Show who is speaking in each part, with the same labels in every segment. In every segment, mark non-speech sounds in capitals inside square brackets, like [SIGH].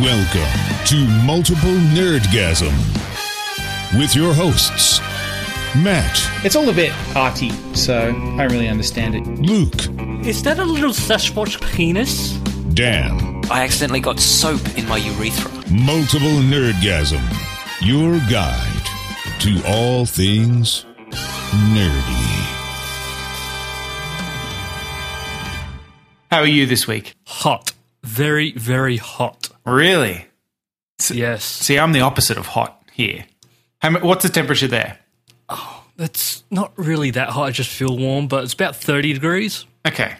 Speaker 1: Welcome to Multiple Nerdgasm with your hosts, Matt,
Speaker 2: It's all a bit arty, so I don't really understand it.
Speaker 1: Luke,
Speaker 3: Is that a little Sasquatch penis?
Speaker 1: Dan.
Speaker 4: I accidentally got soap in my urethra.
Speaker 1: Multiple Nerdgasm, your guide to all things nerdy.
Speaker 5: How are you this week?
Speaker 3: Hot. Very, very hot.
Speaker 5: Really?
Speaker 3: Yes.
Speaker 5: See, I'm the opposite of hot here. How, mu- what's the temperature there?
Speaker 3: It's not really that hot. I just feel warm, but it's about 30 degrees.
Speaker 5: Okay.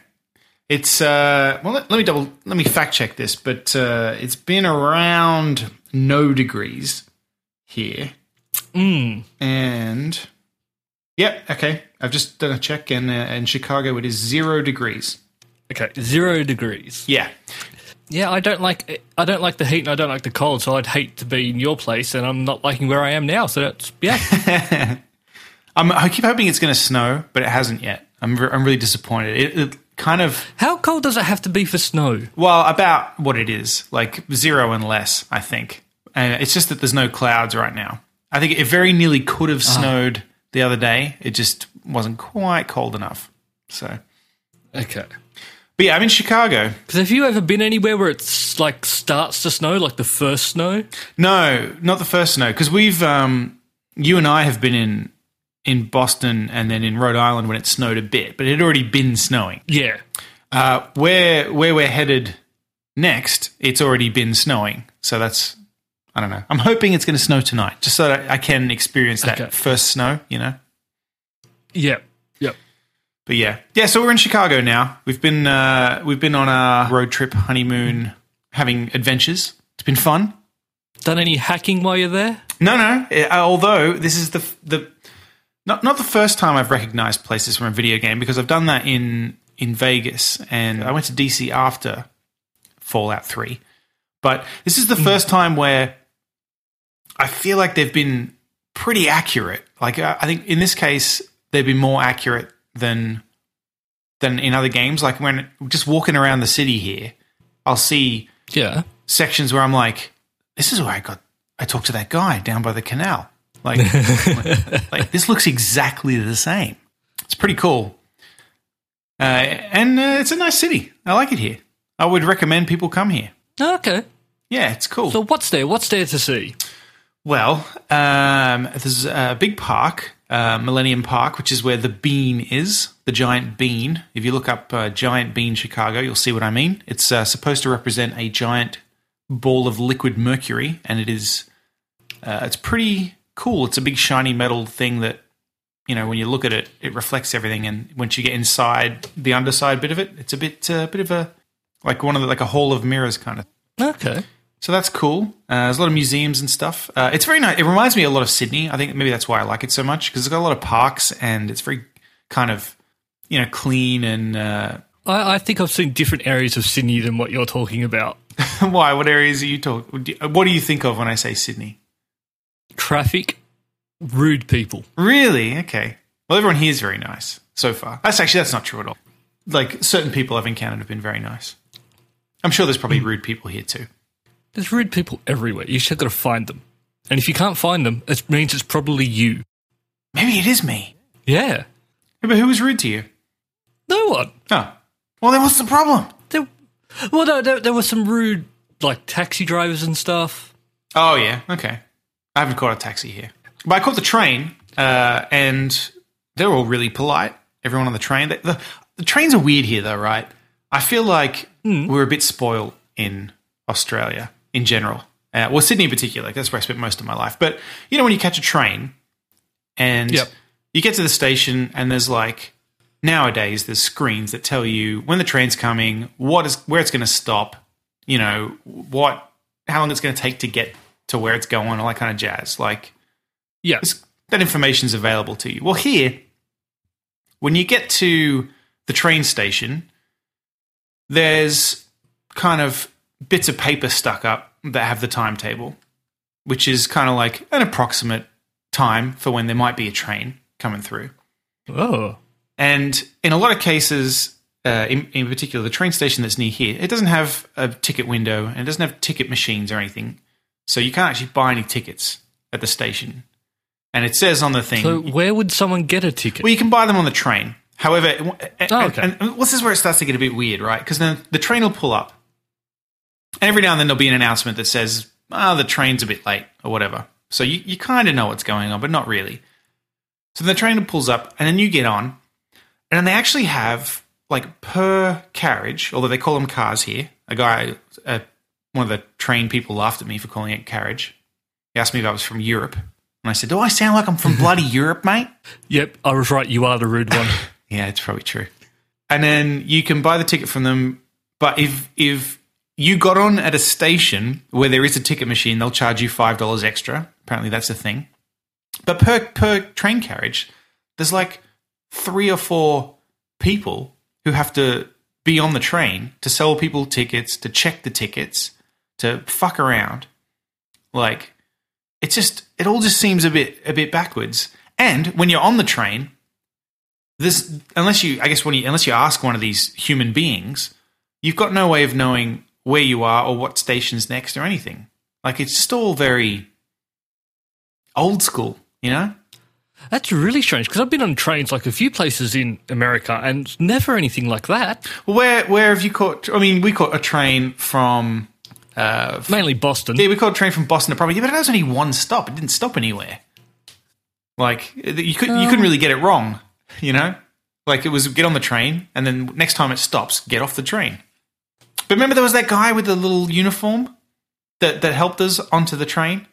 Speaker 5: It's uh well let, let me double let me fact check this, but uh it's been around no degrees here. Hmm.
Speaker 3: Mm.
Speaker 5: And yeah, okay. I've just done a check and uh, in Chicago it is 0 degrees.
Speaker 3: Okay. Zero degrees.
Speaker 5: Yeah.
Speaker 3: Yeah, I don't like I don't like the heat and I don't like the cold, so I'd hate to be in your place, and I'm not liking where I am now. So that's [LAUGHS] yeah.
Speaker 5: I'm, I keep hoping it's going to snow, but it hasn't yet. I'm re- I'm really disappointed. It, it kind of
Speaker 3: How cold does it have to be for snow?
Speaker 5: Well, about what it is, like zero and less, I think. And it's just that there's no clouds right now. I think it very nearly could have snowed the other day. It just wasn't quite cold enough. So,
Speaker 3: Okay.
Speaker 5: but yeah, I'm in Chicago.
Speaker 3: Because have you ever been anywhere where it's like starts to snow, like the first snow?
Speaker 5: No, not the first snow because we've um, you and I have been in in Boston and then in Rhode Island when it snowed a bit, but it had already been snowing.
Speaker 3: Yeah.
Speaker 5: Uh, where where we're headed next, it's already been snowing, so that's I don't know. I'm hoping it's going to snow tonight, just so that I can experience that
Speaker 3: Okay.
Speaker 5: first snow. You know,
Speaker 3: Yep. Yep.
Speaker 5: but yeah, yeah. So we're in Chicago now. We've been uh, we've been on our road trip, honeymoon, having adventures. It's been fun.
Speaker 3: Done any hacking while you're there?
Speaker 5: No, no. eh, although this is the f- the not not the first time I've recognized places from a video game because I've done that in in Vegas and I went to DC after Fallout Three, but this is the first time where I feel like they've been pretty accurate. Like uh, I I think in this case they've been more accurate than than in other games. Like when just walking around the city here, I'll see
Speaker 3: Yeah.
Speaker 5: sections where I'm like, this is where I got, I talked to that guy down by the canal. Like, like, this looks exactly the same. It's pretty cool. Uh, and uh, it's a nice city. I like it here. I would recommend people come here.
Speaker 3: Oh, Okay.
Speaker 5: Yeah, it's cool.
Speaker 3: So what's there? What's there to see?
Speaker 5: well, um, there's a big park, uh, Millennium Park, which is where the bean is, the giant bean. If you look up uh, Giant Bean Chicago, you'll see what I mean. It's uh, supposed to represent a giant ball of liquid mercury, and it is Uh, it's pretty cool. It's a big shiny metal thing that, you know, when you look at it, it reflects everything. And once you get inside the underside bit of it, it's a bit, uh, bit of a like one of the, like a hall of mirrors kind of.
Speaker 3: Okay.
Speaker 5: So that's cool. Uh, there's a lot of museums and stuff. Uh, it's very nice. It reminds me a lot of Sydney. I think maybe that's why I like it so much because it's got a lot of parks and it's very kind of, you know, clean and. Uh, [LAUGHS]
Speaker 3: I, I think I've seen different areas of Sydney than what you're talking about.
Speaker 5: why? What areas are you talking? What do you think of when I say Sydney?
Speaker 3: Traffic, rude people.
Speaker 5: Really? Okay. Well, everyone here is very nice so far. That's actually that's not true at all. Like certain people I've encountered have been very nice. I'm sure there's probably rude people here too.
Speaker 3: There's rude people everywhere. You just got to find them. And if you can't find them, it means it's probably you.
Speaker 5: Maybe it is me.
Speaker 3: Yeah.
Speaker 5: Yeah, but who was rude to you?
Speaker 3: No one.
Speaker 5: Oh, well, then what's the problem?
Speaker 3: There, well, no, there, there were some rude, like, taxi drivers and stuff.
Speaker 5: Oh yeah, okay. I haven't caught a taxi here, but I caught the train, uh, and they're all really polite. Everyone on the train. The, the, the trains are weird here, though, right? I feel like we're a bit spoiled in Australia in general. Uh, well, Sydney in particular. Like, that's where I spent most of my life. But you know, when you catch a train, and
Speaker 3: Yep.
Speaker 5: you get to the station, and there's like nowadays there's screens that tell you when the train's coming, what is where it's going to stop, you know, what how long it's going to take to get to where it's going, all that kind of jazz. Like
Speaker 3: Yeah.
Speaker 5: it's, that information's available to you. Well, here when you get to the train station, there's kind of bits of paper stuck up that have the timetable, which is kind of like an approximate time for when there might be a train coming through.
Speaker 3: Oh.
Speaker 5: And in a lot of cases, uh, in, in particular, the train station that's near here, it doesn't have a ticket window and it doesn't have ticket machines or anything. So you can't actually buy any tickets at the station. And it says on the thing,
Speaker 3: So where would someone get a ticket?
Speaker 5: well, you can buy them on the train. However, and,
Speaker 3: Oh, okay.
Speaker 5: and, and this is where it starts to get a bit weird, right? Because then the train will pull up. And every now and then there'll be an announcement that says, ah, the train's a bit late or whatever. So you, you kind of know what's going on, but not really. So the train pulls up and then you get on. And they actually have, like, per carriage, although they call them cars here. A guy, uh, one of the train people laughed at me for calling it carriage. He asked me if I was from Europe. And I said, Do I sound like I'm
Speaker 3: [LAUGHS]
Speaker 5: from bloody Europe, mate?
Speaker 3: yep, I was right. You are the rude
Speaker 5: [LAUGHS]
Speaker 3: one.
Speaker 5: Yeah, it's probably true. And then you can buy the ticket from them, but if if you got on at a station where there is a ticket machine, they'll charge you five dollars extra. Apparently, that's a thing. But per per train carriage, there's like three or four people who have to be on the train to sell people tickets, to check the tickets, to fuck around. Like it just it all just seems a bit a bit backwards. And when you're on the train, this unless you i guess when you unless you ask one of these human beings you've got no way of knowing where you are or what station's next or anything like it's just all very old school you know
Speaker 3: That's really strange because I've been on trains like a few places in America and it's never anything like that.
Speaker 5: well, where where have you caught i mean we caught a train from uh f-
Speaker 3: Mainly Boston.
Speaker 5: yeah we caught a train from boston to probably yeah, but it was only one stop it didn't stop anywhere like you could
Speaker 3: Oh.
Speaker 5: you couldn't really get it wrong you know like it was get on the train and then next time it stops get off the train But remember, there was that guy with the little uniform that that helped us onto the train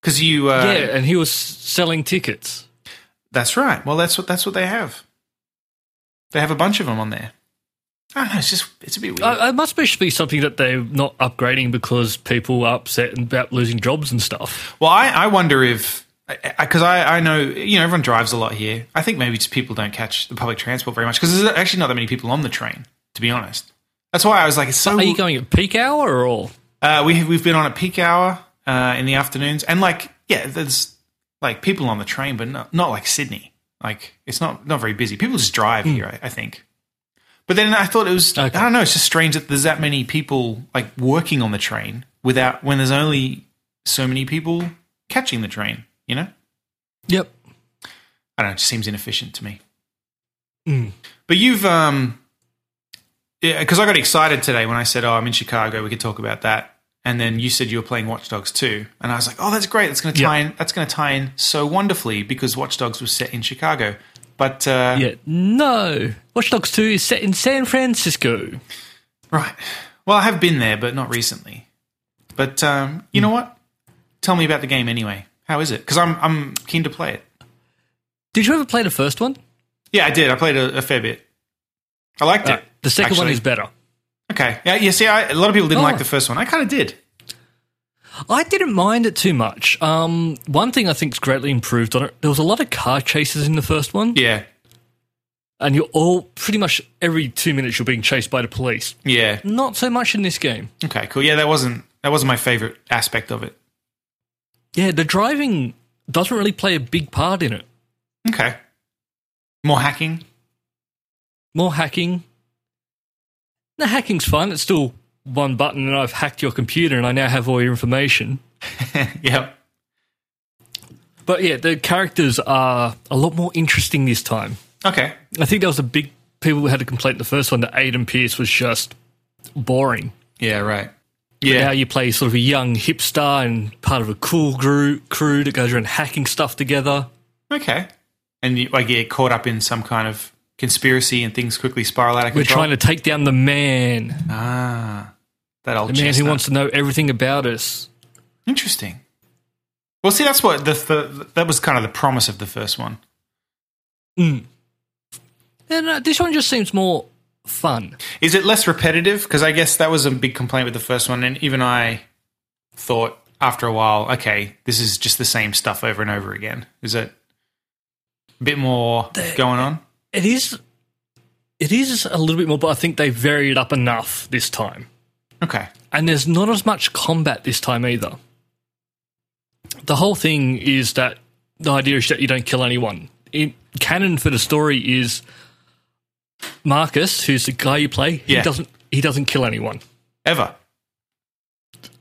Speaker 5: because you. Uh,
Speaker 3: yeah, and he was selling tickets.
Speaker 5: that's right. Well, that's what that's what they have. They have a bunch of them on there. I don't know. It's just it's a bit weird.
Speaker 3: I, I must be something that they're not upgrading because people are upset about losing jobs and stuff.
Speaker 5: well, I, I wonder if because I, I, know you know everyone drives a lot here. I think maybe just people don't catch the public transport very much because there's actually not that many people on the train. To be honest, that's why I was like, it's so
Speaker 3: Are you going at peak hour or all?
Speaker 5: Uh, we we've been on at peak hour uh, in the afternoons, and like yeah, there's like people on the train, but not not like Sydney. Like it's not not very busy. People just drive here, I, I think. But then I thought it was
Speaker 3: Okay.
Speaker 5: I don't know. It's just strange that there's that many people like working on the train without when there's only so many people catching the train. You know,
Speaker 3: Yep.
Speaker 5: I don't know. It just seems inefficient to me.
Speaker 3: Mm.
Speaker 5: But you've um, because I got excited today when I said, "Oh, I'm in Chicago. We could talk about that." And then you said you were playing Watch Dogs 2. and I was like, "Oh, that's great. That's going to tie in. That's going to tie in so wonderfully because Watch Dogs was set in Chicago." But uh,
Speaker 3: Yeah. No. Watch Dogs 2 is set in San Francisco.
Speaker 5: right, well, I have been there, but not recently. But um,
Speaker 3: Mm.
Speaker 5: you know what? Tell me about the game anyway. How is it? Because I'm I'm keen to play it.
Speaker 3: Did you ever play the first one?
Speaker 5: Yeah, I did. I played a, a fair bit. I liked it.
Speaker 3: Uh, The second one
Speaker 5: actually.
Speaker 3: is better.
Speaker 5: okay. Yeah, you see, I, a lot of people didn't
Speaker 3: Oh.
Speaker 5: like the first one. I kind of did.
Speaker 3: I didn't mind it too much. Um, one thing I think's greatly improved on it, there was a lot of car chases in the first one,
Speaker 5: Yeah,
Speaker 3: and you're all pretty much every two minutes you're being chased by the police.
Speaker 5: yeah.
Speaker 3: Not so much in this game.
Speaker 5: Okay, cool. Yeah, that wasn't that wasn't my favorite aspect of it.
Speaker 3: Yeah, the driving doesn't really play a big part in it.
Speaker 5: Okay. More hacking. [LAUGHS]
Speaker 3: More hacking. The hacking's fun. It's still one button, and I've hacked your computer, and I now have all your information.
Speaker 5: yep.
Speaker 3: But yeah, the characters are a lot more interesting this time.
Speaker 5: Okay.
Speaker 3: I think that was a big people who had a complaint the first one that Aiden Pierce was just boring.
Speaker 5: Yeah, right.
Speaker 3: Now
Speaker 5: Yeah.
Speaker 3: you play sort of a young hipster and part of a cool gru- crew that goes around hacking stuff together.
Speaker 5: Okay. And you, like you get caught up in some kind of conspiracy and things quickly spiral out of
Speaker 3: We're
Speaker 5: control.
Speaker 3: trying to take down the man,
Speaker 5: ah, that old
Speaker 3: the man who
Speaker 5: chestnut.
Speaker 3: wants to know everything about us.
Speaker 5: Interesting. Well, see, that's what the, the that was kind of the promise of the first one.
Speaker 3: And uh, this one just seems more fun.
Speaker 5: Is it less repetitive? Because I guess that was a big complaint with the first one, and even I thought after a while, okay, this is just the same stuff over and over again. Is it a bit more going on?
Speaker 3: It is, it is a little bit more, but I think they varied it up enough this time.
Speaker 5: Okay,
Speaker 3: And there's not as much combat this time either. The whole thing is that the idea is that you don't kill anyone. In canon for the story is Marcus, who's the guy you play, he
Speaker 5: Yeah.
Speaker 3: doesn't he doesn't kill anyone.
Speaker 5: Ever.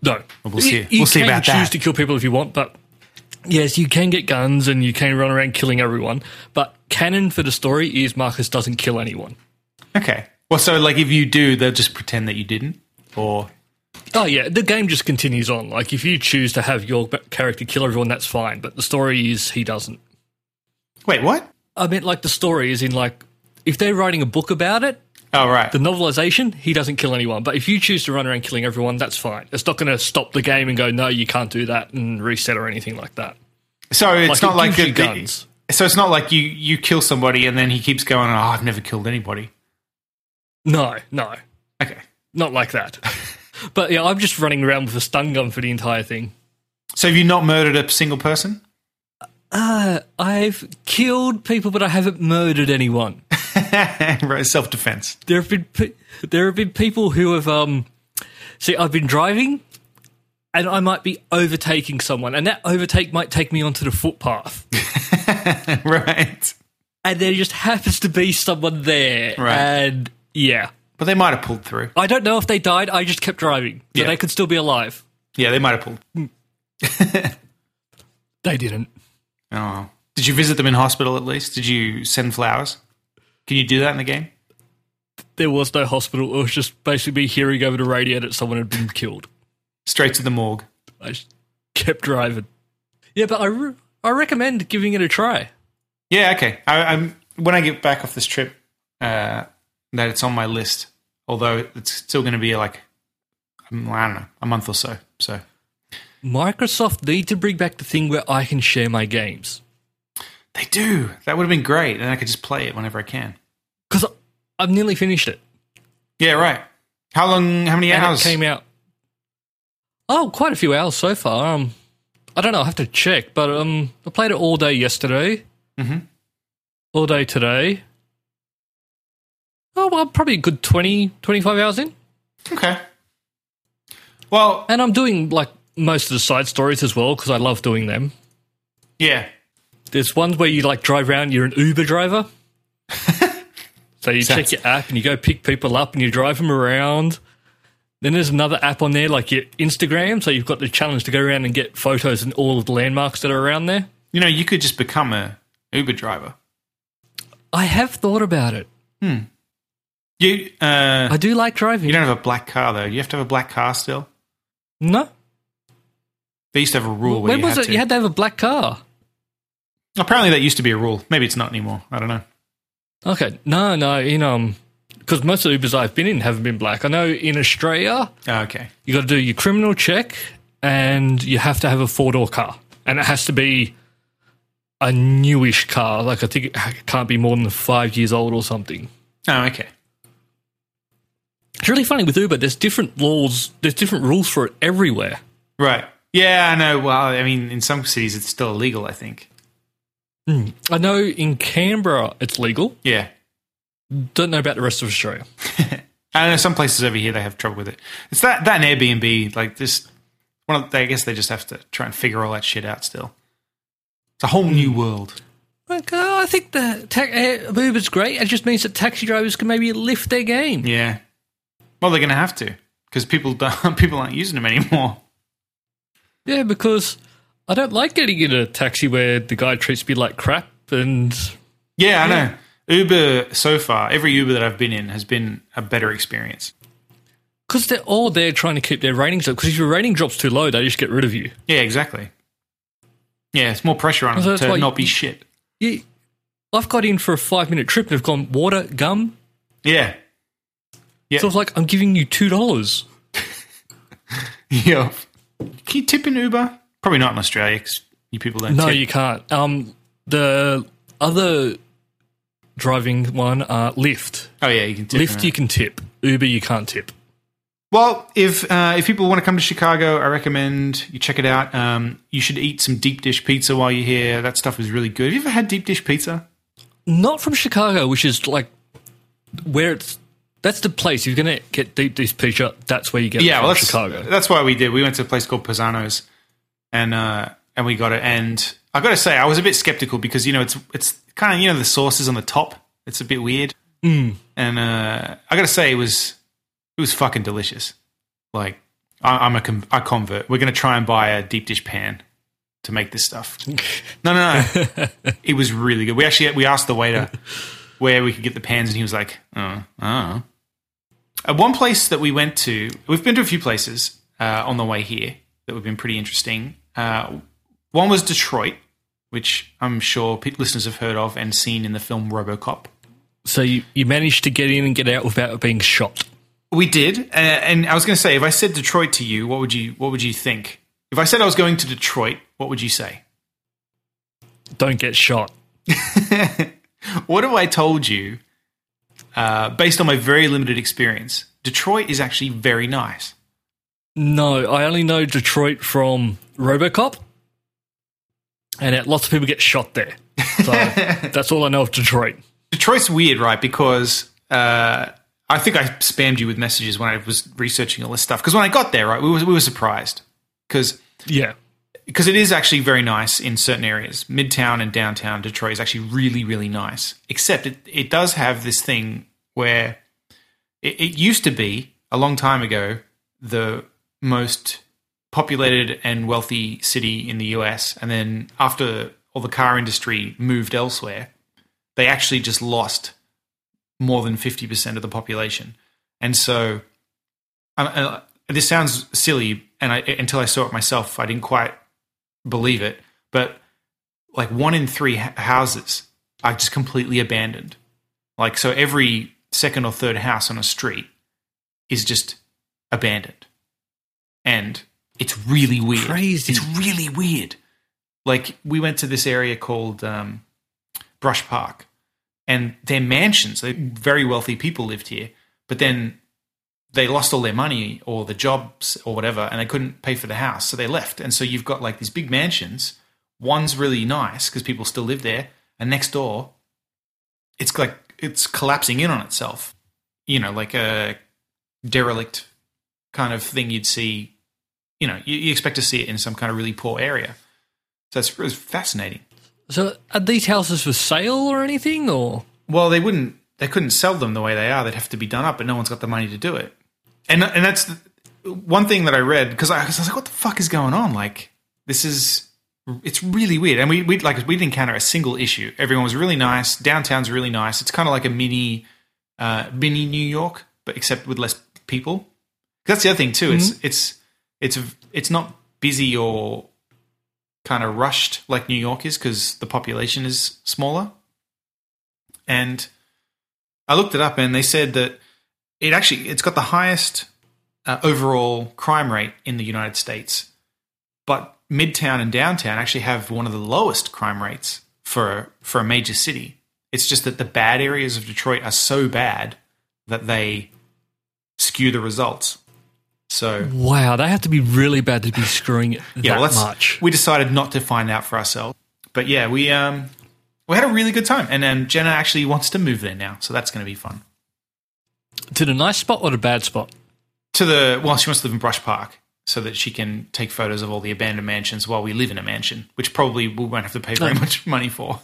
Speaker 3: No,
Speaker 5: Well, we'll see-
Speaker 3: You, you
Speaker 5: we'll see
Speaker 3: can
Speaker 5: about
Speaker 3: choose
Speaker 5: that.
Speaker 3: to kill people if you want, but yes, you can get guns and you can run around killing everyone. But canon for the story is Marcus doesn't kill anyone.
Speaker 5: Okay. Well, so like if you do, they'll just pretend that you didn't, or
Speaker 3: Oh yeah, the game just continues on. Like if you choose to have your b- character kill everyone, that's fine. But the story is he doesn't.
Speaker 5: wait, what?
Speaker 3: I meant like the story is in like if they're writing a book about it,
Speaker 5: Oh, right.
Speaker 3: the novelization, he doesn't kill anyone. But if you choose to run around killing everyone, that's fine. It's not going to stop the game and go, no, you can't do that and reset or anything like that.
Speaker 5: so it's
Speaker 3: like,
Speaker 5: not
Speaker 3: it
Speaker 5: like
Speaker 3: gives you
Speaker 5: the- the-
Speaker 3: guns.
Speaker 5: So it's not like you you kill somebody and then he keeps going. Oh, I've never killed anybody.
Speaker 3: No, no,
Speaker 5: Okay.
Speaker 3: not like that. [LAUGHS] but yeah, I'm just running around with a stun gun for the entire thing.
Speaker 5: So have you not murdered a single person?
Speaker 3: [LAUGHS] Uh, I've killed people, but I haven't murdered anyone. [LAUGHS]
Speaker 5: right, self defense.
Speaker 3: there have been pe- there have been people who have um see I've been driving and I might be overtaking someone and that overtake might take me onto the [LAUGHS] footpath
Speaker 5: [LAUGHS] right.
Speaker 3: and there just happens to be someone there
Speaker 5: Right.
Speaker 3: and yeah
Speaker 5: But they might have pulled through.
Speaker 3: I don't know if they died I just kept driving so
Speaker 5: Yeah.
Speaker 3: they could still be alive
Speaker 5: Yeah, they might have pulled.
Speaker 3: Oh, they didn't
Speaker 5: Oh. Did you visit them in hospital at least? Did you send flowers? Can you do that in the game?
Speaker 3: there was no hospital it was just basically me hearing over the radio that someone had been killed
Speaker 5: Straight to the morgue.
Speaker 3: I just kept driving yeah but I re- I recommend giving it a try
Speaker 5: Yeah, okay. I, I'm when I get back off this trip, uh, that it's on my list. Although it's still going to be like um, I don't know a month or so. So
Speaker 3: Microsoft need to bring back the thing where I can share my games.
Speaker 5: they do. That would have been great, and I could just play it whenever I can.
Speaker 3: because I've nearly finished it.
Speaker 5: Yeah, right. How long? How many
Speaker 3: And
Speaker 5: hours?
Speaker 3: it came out. Oh, quite a few hours so far. Um, I don't know. I have to check, but um, I played it all day yesterday,
Speaker 5: Mhm.
Speaker 3: all day today. Oh well, probably a good 20, 25 hours in,
Speaker 5: okay. Well,
Speaker 3: and I'm doing like most of the side stories as well because I love doing them.
Speaker 5: yeah.
Speaker 3: There's ones where you like drive around. You're an Uber
Speaker 5: [LAUGHS]
Speaker 3: driver, so you check your app and you go pick people up and you drive them around. Then there's another app on there like your Instagram, so you've got the challenge to go around and get photos and all of the landmarks that are around there.
Speaker 5: You know, you could just become a Uber driver.
Speaker 3: I have thought about it.
Speaker 5: You uh,
Speaker 3: I do like driving.
Speaker 5: you don't have a black car though. You have to have a black car still.
Speaker 3: no.
Speaker 5: They used to have a rule. where
Speaker 3: when
Speaker 5: you
Speaker 3: was
Speaker 5: had
Speaker 3: it?
Speaker 5: To.
Speaker 3: You had to have a black car.
Speaker 5: Apparently, that used to be a rule. Maybe it's not anymore. I don't know.
Speaker 3: Okay. No, no. In um, because most of the Ubers I've been in haven't been black. I know in Australia
Speaker 5: Oh, okay.
Speaker 3: you got to do your criminal check and you have to have a four door car and it has to be a newish car like i think it ha- can't be more than five years old or something
Speaker 5: Oh, okay.
Speaker 3: it's really funny with uber there's different laws there's different rules for it everywhere
Speaker 5: Right. Yeah, I know. Well, I mean, in some cities, it's still illegal. I think.
Speaker 3: Hmm. i know in canberra it's legal
Speaker 5: Yeah.
Speaker 3: don't know about the rest of australia
Speaker 5: I know some places over here they have trouble with it. It's that that and Airbnb like this. One, of, they, I guess they just have to try and figure all that shit out. Still, it's a whole new
Speaker 3: Hmm.
Speaker 5: world.
Speaker 3: like, oh, i think the ta- uh, uber's great it just means that taxi drivers can maybe lift their game
Speaker 5: Yeah. Well, they're going to have to because people [LAUGHS] don't, people aren't using them anymore.
Speaker 3: yeah because i don't like getting in a taxi where the guy treats me like crap and
Speaker 5: Yeah, I know. Uber so far, every Uber that I've been in has been a better experience.
Speaker 3: Because they're all there trying to keep their ratings up. Because if your rating drops too low, they just get rid of you.
Speaker 5: Yeah, exactly. Yeah, it's more pressure on
Speaker 3: So
Speaker 5: them
Speaker 3: that's why
Speaker 5: to
Speaker 3: you-
Speaker 5: not be shit.
Speaker 3: Yeah, I've got in for a five minute trip and have gone water, gum.
Speaker 5: Yeah, [LAUGHS] Yeah.
Speaker 3: So it's like, I'm giving you $2.
Speaker 5: yeah. Can you tip in Uber? Probably not in Australia because you people don't.
Speaker 3: No,
Speaker 5: tip.
Speaker 3: you can't. Um, the other driving one, uh, Lyft.
Speaker 5: Oh yeah, you can tip.
Speaker 3: Lyft,
Speaker 5: in
Speaker 3: you can tip. Uber, you can't tip.
Speaker 5: Well, if uh, if people want to come to Chicago, I recommend you check it out. Um, you should eat some deep dish pizza while you're here. That stuff is really good. Have you ever had deep dish pizza?
Speaker 3: Not from Chicago, which is like where it's. That's the place. If you're going to get deep dish pizza, that's uh, where you get it
Speaker 5: Yeah,
Speaker 3: from
Speaker 5: well, that's,
Speaker 3: Chicago.
Speaker 5: That's why we did. We went to a place called Pisano's, and uh, and we got it. And I got to say, I was a bit skeptical because you know it's it's kind of you know the sauce is on the top. It's a bit weird.
Speaker 3: Mm.
Speaker 5: And uh, I gotta say, it was it was fucking delicious. Like I, I'm a con- I convert. We're gonna try and buy a deep dish pan to make this
Speaker 3: [LAUGHS]
Speaker 5: stuff. No, no, no. it was really good. We actually we asked the
Speaker 3: [LAUGHS]
Speaker 5: waiter where we could get the pans, and he was like, "Oh, oh." At one place that we went to, we've been to a few places uh, on the way here that have been pretty interesting. Uh, one was Detroit, which I'm sure pe- listeners have heard of and seen in the film RoboCop.
Speaker 3: So you, you managed to get in and get out without being shot.
Speaker 5: We did, uh, and I was going to say, if I said Detroit to you, what would you what would you think? If I said I was going to Detroit, what would you say? [LAUGHS]
Speaker 3: Don't get shot.
Speaker 5: What have I told you? Uh, based on my very limited experience, Detroit is actually very nice.
Speaker 3: No, I only know Detroit from RoboCop, and that lots of people get shot there.
Speaker 5: [LAUGHS]
Speaker 3: So that's all I know of Detroit.
Speaker 5: Detroit's weird, right? Because uh, I think I spammed you with messages when I was researching all this stuff. Because when I got there, right, we were, we were surprised because
Speaker 3: Yeah,
Speaker 5: because it is actually very nice in certain areas. Midtown and downtown Detroit is actually really, really nice. Except it, it does have this thing where it, it used to be a long time ago the most populated and wealthy city in the US. And then after all the car industry moved elsewhere, they actually just lost more than 50% of the population. And so I, I, uh, this sounds silly, and I, until I saw it myself, I didn't quite believe it. But like one in three h- houses are just completely abandoned. Like so, every second or third house on a street is just abandoned, and it's really weird.
Speaker 3: Crazy.
Speaker 5: It's really weird. Like we went to this area called um, Brush Park, and their mansions. They very wealthy people lived here, but then they lost all their money or the jobs or whatever, and they couldn't pay for the house, so they left. And so you've got like these big mansions. One's really nice because people still live there, and next door, it's like it's collapsing in on itself. You know, like a derelict kind of thing you'd see. You know, you, you expect to see it in some kind of really poor area. So it's, it's fascinating.
Speaker 3: So are these houses for sale or anything? Or
Speaker 5: Well, they wouldn't. They couldn't sell them the way they are. They'd have to be done up, but no one's got the money to do it. And and that's the, one thing that I read because I, 'cause I was like, what the fuck is going on? Like this is it's really weird. And we we like we didn't encounter a single issue. Everyone was really nice. Downtown's really nice. It's kind of like a mini uh, mini New York, but except with less people. That's the other thing too. It's it's it's it's not busy or kind of rushed like New York is because the population is smaller. And I looked it up, and they said that it actually it's got the highest uh, overall crime rate in the United States, but Midtown and downtown actually have one of the lowest crime rates for for a major city. It's just that the bad areas of Detroit are so bad that they skew the results. So
Speaker 3: wow, they have to be really bad to be screwing it
Speaker 5: yeah,
Speaker 3: that
Speaker 5: well, that's,
Speaker 3: much.
Speaker 5: We decided not to find out for ourselves, but yeah, we um we had a really good time, and um, Jenna actually wants to move there now, so that's going to be fun.
Speaker 3: To the nice spot or the bad spot?
Speaker 5: to the well, she wants to live in Brush Park so that she can take photos of all the abandoned mansions while we live in a mansion, which probably we won't have to pay very much money for.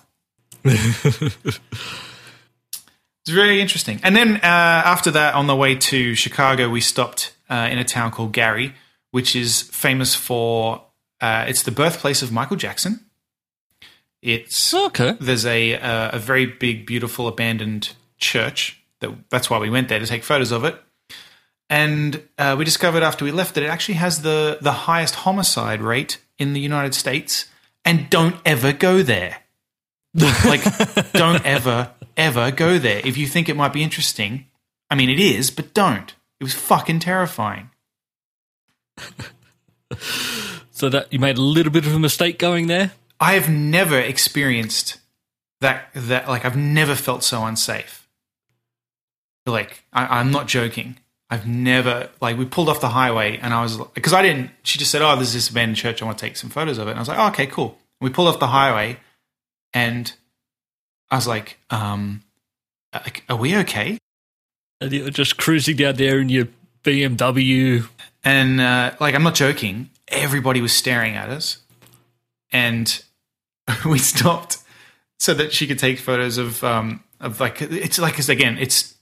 Speaker 5: [LAUGHS] it's very interesting. And then uh, after that, on the way to Chicago, we stopped uh, in a town called Gary, which is famous for uh, it's the birthplace of Michael Jackson. It's
Speaker 3: Okay.
Speaker 5: there's a uh, a very big, beautiful, abandoned church. That that's why we went there to take photos of it. And uh, we discovered after we left that it actually has the the highest homicide rate in the United States. And don't ever go there. like, don't ever ever go there. If you think it might be interesting, I mean, it is, but don't. It was fucking terrifying.
Speaker 3: So that you made a little bit of a mistake going there.
Speaker 5: I have never experienced that that like I've never felt so unsafe. Like I, I'm not joking. I've never like we pulled off the highway and I was because I didn't. She just said, "Oh, there's this abandoned church. I want to take some photos of it." And I was like, oh, "Okay, cool." We pulled off the highway, and I was like, um, like, "Are we okay?"
Speaker 3: And you're just cruising down there in your BMW.
Speaker 5: And uh, like, I'm not joking. Everybody was staring at us, [LAUGHS] and we stopped so that she could take photos of um, of like it's like it's again it's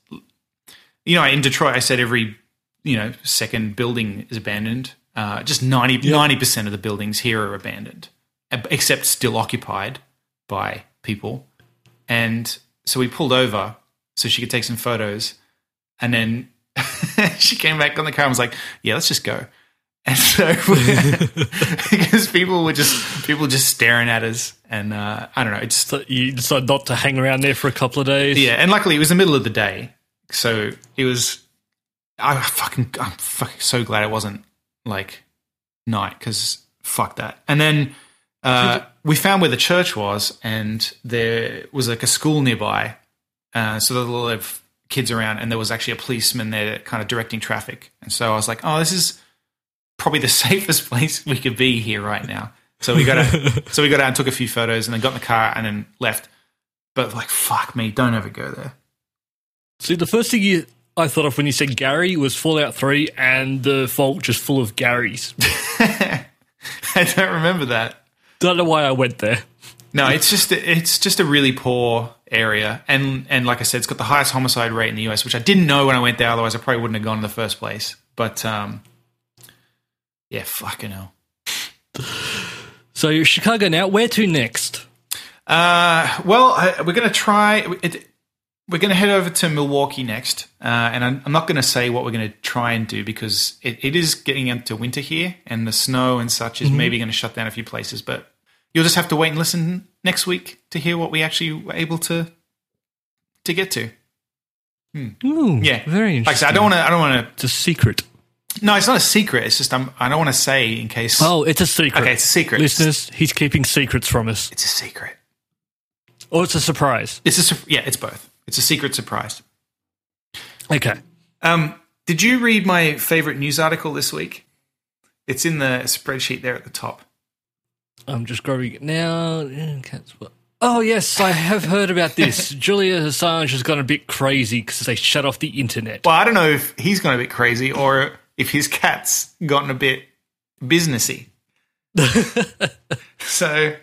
Speaker 5: you know in Detroit I said every you know second building is abandoned. Uh, just 90 percent of the buildings here are abandoned, ab- except still occupied by people. And so we pulled over so she could take some photos, and then [LAUGHS] she came back on the car and was like, "Yeah, let's just go." And so, [LAUGHS] because people were just people were just staring at us, and uh, I don't know, it's
Speaker 3: So you decide not to hang around there for a couple of days.
Speaker 5: yeah, and luckily it was the middle of the day, so it was. I fucking I'm fucking so glad it wasn't like night because fuck that. And then uh, we found where the church was, and there was like a school nearby, uh, so there were a lot of kids around, and there was actually a policeman there kind of directing traffic. And so I was like, oh, this is probably the [LAUGHS] safest place we could be here right now. So we got out, so we got out and took a few photos, and then got in the car and then left. But like, fuck me, don't ever go there.
Speaker 3: See, the first thing you I thought of when you said Gary was Fallout 3 and the vault just full of Garys.
Speaker 5: [LAUGHS]
Speaker 3: [LAUGHS]
Speaker 5: I don't remember that.
Speaker 3: Don't know why I went there.
Speaker 5: No, it's just it's just a really poor area, and and like I said, it's got the highest homicide rate in the U.S., which I didn't know when I went there. Otherwise, I probably wouldn't have gone in the first place. But um, yeah, fucking hell.
Speaker 3: So Chicago now, where to next?
Speaker 5: Uh, well, I, we're going to try. It, we're going to head over to Milwaukee next, uh, and I'm, I'm not going to say what we're going to try and do because it, it is getting into winter here, and the snow and such
Speaker 3: Mm-hmm.
Speaker 5: is maybe going to shut down a few places. But you'll just have to wait and listen next week to hear what we actually were able to to get to.
Speaker 3: Ooh,
Speaker 5: Yeah,
Speaker 3: very
Speaker 5: Like I, said,
Speaker 3: interesting.
Speaker 5: I don't want to. I don't want
Speaker 3: it's a secret.
Speaker 5: to. No, it's not a secret. It's just I'm, I don't want to say in case.
Speaker 3: Oh, it's a secret.
Speaker 5: okay, it's a secret.
Speaker 3: Listeners, he's keeping secrets from us.
Speaker 5: it's a secret.
Speaker 3: Or Oh, it's a surprise.
Speaker 5: It's a sur- yeah. It's both. It's a secret surprise.
Speaker 3: Okay.
Speaker 5: Um, did you read my favorite news article this week? It's in the spreadsheet there at the top.
Speaker 3: I'm just grabbing it now. Mm, Cats, what? Oh, yes, I have heard
Speaker 5: [LAUGHS]
Speaker 3: about this. Julia Assange has gone a bit crazy because they shut off the internet.
Speaker 5: Well, I don't know if he's gone a bit crazy or if his cat's gotten a bit businessy. so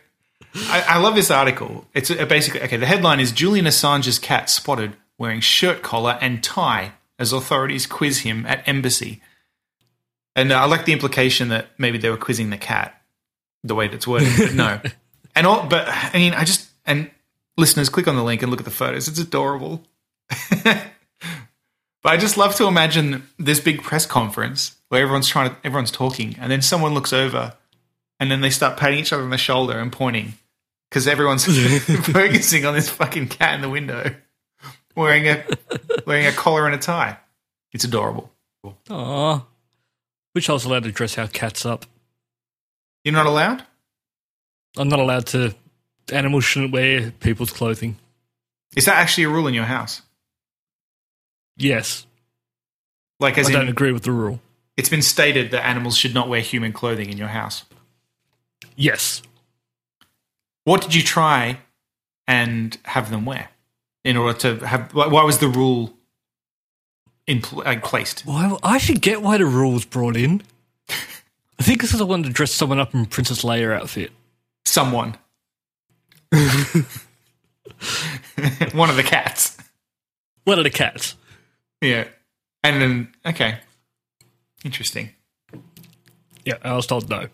Speaker 5: I, I love this article. It's uh, basically okay. The headline is Julian Assange's cat spotted wearing shirt collar and tie as authorities quiz him at embassy. And uh, I like the implication that maybe they were quizzing the cat, the way that's worded. But no, and all, but I mean, I just and listeners click on the link and look at the photos. It's adorable. [LAUGHS] But I just love to imagine this big press conference where everyone's trying to, everyone's talking, and then someone looks over, and then they start patting each other on the shoulder and pointing because
Speaker 3: [LAUGHS]
Speaker 5: everyone's focusing on this fucking cat in the window wearing a wearing a collar and a tie. It's adorable.
Speaker 3: Aw. Wish I was allowed to dress our cats up.
Speaker 5: You're not allowed.
Speaker 3: I'm not allowed to. Animals shouldn't wear people's clothing.
Speaker 5: Is that actually a rule in your house?
Speaker 3: Yes,
Speaker 5: Like, as
Speaker 3: I don't
Speaker 5: in,
Speaker 3: agree with the rule.
Speaker 5: it's been stated that animals should not wear human clothing in your house.
Speaker 3: Yes.
Speaker 5: What did you try and have them wear in order to have? wh- Why was the rule in pl- like placed?
Speaker 3: Why? I should get why the rules brought in. [LAUGHS] I think this is the one to dress someone up in Princess Leia outfit.
Speaker 5: Someone, [LAUGHS] one of the cats.
Speaker 3: One of the cats.
Speaker 5: Yeah, and then okay, interesting.
Speaker 3: Yeah, I was told no.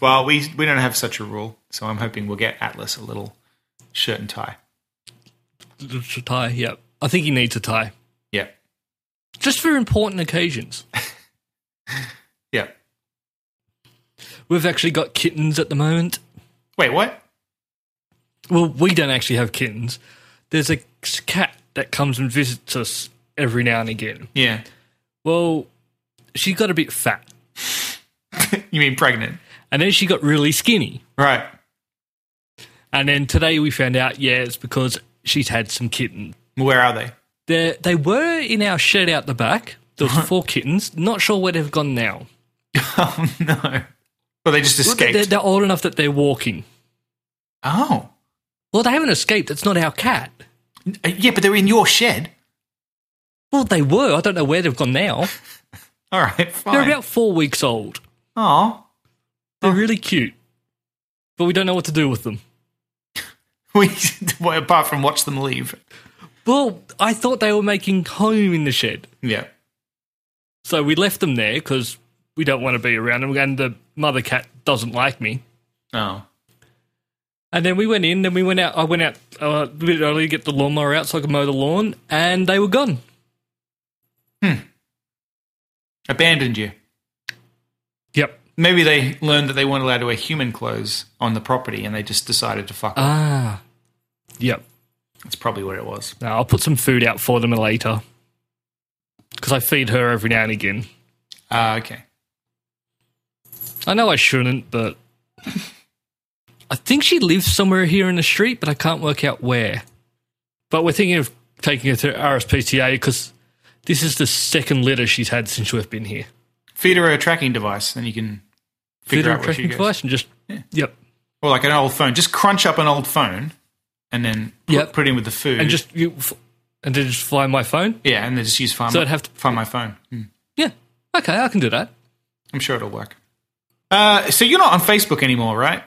Speaker 5: Well, we we don't have such a rule, so I'm hoping we'll get Atlas a little shirt and tie.
Speaker 3: It's a tie. Yeah, I think he needs a tie
Speaker 5: Yeah,
Speaker 3: just for important occasions.
Speaker 5: yeah.
Speaker 3: We've actually got kittens at the moment.
Speaker 5: Wait, what?
Speaker 3: Well, we don't actually have kittens. There's a cat that comes and visits us every now and again.
Speaker 5: Yeah,
Speaker 3: Well, she got a bit fat,
Speaker 5: you mean pregnant?
Speaker 3: and then she got really skinny.
Speaker 5: Right.
Speaker 3: And then today we found out, yeah, it's because she's had some kittens.
Speaker 5: Where are they? [LAUGHS]
Speaker 3: They they were in our shed out the back. There
Speaker 5: Uh-huh.
Speaker 3: was four kittens. Not sure where they've gone now.
Speaker 5: Oh no. Well, they just
Speaker 3: Well, They're,
Speaker 5: escaped.
Speaker 3: they're old enough that they're walking.
Speaker 5: Oh.
Speaker 3: Well, they haven't escaped. It's not our cat.
Speaker 5: Uh, Yeah, but they're in your shed.
Speaker 3: Well, they were. I don't know where they've gone now.
Speaker 5: All right, [LAUGHS]
Speaker 3: They're
Speaker 5: fine.
Speaker 3: about four weeks old.
Speaker 5: [LAUGHS] Oh,
Speaker 3: They're really cute, but we don't know what to do with them.
Speaker 5: [LAUGHS] we well, apart from watch them leave.
Speaker 3: Well, I thought they were making home in the shed.
Speaker 5: Yeah.
Speaker 3: So we left them there because we don't want to be around them. And the mother cat doesn't like me.
Speaker 5: Oh.
Speaker 3: And then we went in, then we went out. I went out uh, a bit early to get the lawnmower out so I could mow the lawn, and they were gone.
Speaker 5: Abandoned you.
Speaker 3: Yep.
Speaker 5: Maybe they learned that they weren't allowed to wear human clothes on the property and they just decided to fuck off.
Speaker 3: Ah. Yep.
Speaker 5: That's probably what it was.
Speaker 3: Now I'll put some food out for them later because I feed her every now and again.
Speaker 5: Ah, okay.
Speaker 3: I know I shouldn't, but [LAUGHS] I think she lives somewhere here in the street, but I can't work out where. But we're thinking of taking her to RSPCA because this is the second litter she's had since we've been here.
Speaker 5: Feed her a tracking device, then you can figure
Speaker 3: Feed her
Speaker 5: out
Speaker 3: a
Speaker 5: where she
Speaker 3: tracking
Speaker 5: goes.
Speaker 3: device and just yep,
Speaker 5: Or like an old phone. Just crunch up an old phone and then put,
Speaker 3: Yep.
Speaker 5: put it in with the food.
Speaker 3: and just you, f- and then just find my phone.
Speaker 5: yeah, and then just use find,
Speaker 3: So
Speaker 5: my,
Speaker 3: I'd have to-
Speaker 5: find my phone. Hmm.
Speaker 3: Yeah, okay, I can do that.
Speaker 5: I'm sure it'll work. Uh, so you're not on Facebook anymore, right?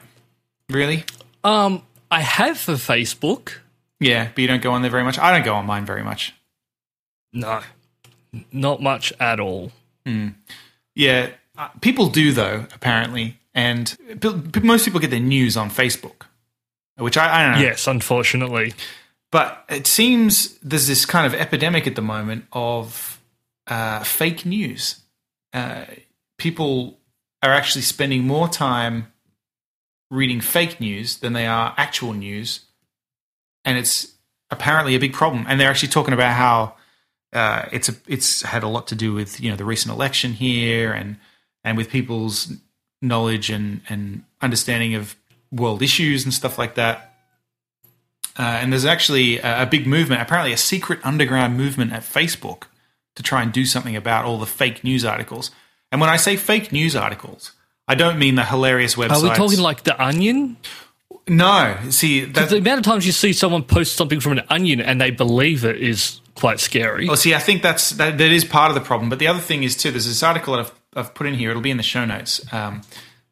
Speaker 5: Really?
Speaker 3: Um, I have for Facebook.
Speaker 5: Yeah, but you don't go on there very much. I don't go on mine very much.
Speaker 3: No, N- not much at all.
Speaker 5: Yeah, uh, people do though apparently, and p- p- most people get their news on Facebook, which I, I don't know.
Speaker 3: Yes, unfortunately.
Speaker 5: But it seems there's this kind of epidemic at the moment of uh, fake news. Uh, people are actually spending more time reading fake news than they are actual news. And it's apparently a big problem. And they're actually talking about how uh, it's a, it's had a lot to do with you know the recent election here and and with people's knowledge and, and understanding of world issues and stuff like that. Uh, and there's actually a, a big movement, apparently a secret underground movement at Facebook to try and do something about all the fake news articles. And when I say fake news articles, I don't mean the hilarious
Speaker 3: Are
Speaker 5: websites.
Speaker 3: we talking like the Onion?
Speaker 5: no? See,
Speaker 3: The
Speaker 5: that,
Speaker 3: amount of times you see someone post something from an onion and they believe it is quite scary.
Speaker 5: well, see, I think that's that, that is part of the problem. But the other thing is too. There's this article that I've, I've put in here. It'll be in the show notes. Um,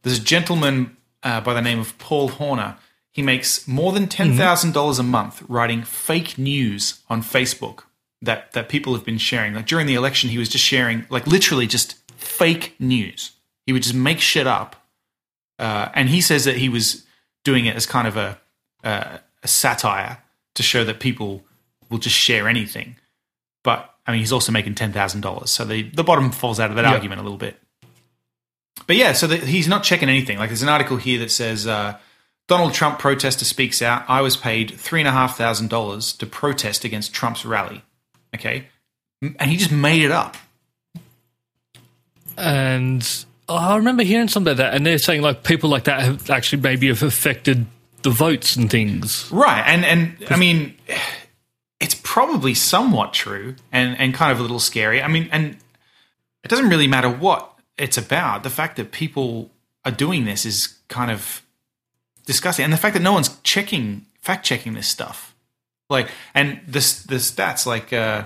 Speaker 5: there's a gentleman uh, by the name of Paul Horner. He makes more than ten thousand dollars a month writing fake news on Facebook that that people have been sharing. Like during the election, he was just sharing like literally just fake news. He would just make shit up uh, and he says that he was doing it as kind of a, uh, a satire to show that people will just share anything. But I mean, he's also making ten thousand dollars, so the the bottom falls out of that
Speaker 3: Yeah.
Speaker 5: argument a little bit. But yeah, so the, he's not checking anything. Like there's an article here that says uh, Donald Trump protester speaks out. I was paid three and a half thousand dollars to protest against Trump's rally. Okay, M- and he just made it up.
Speaker 3: And oh, I remember hearing something about that, and they're saying like people like that have actually maybe have affected the votes and things.
Speaker 5: Right, and and I mean, it's probably somewhat true, and and kind of a little scary. I mean, and it doesn't really matter what it's about. The fact that people are doing this is kind of disgusting, and the fact that no one's checking fact checking this stuff, like, and this the stats like. uh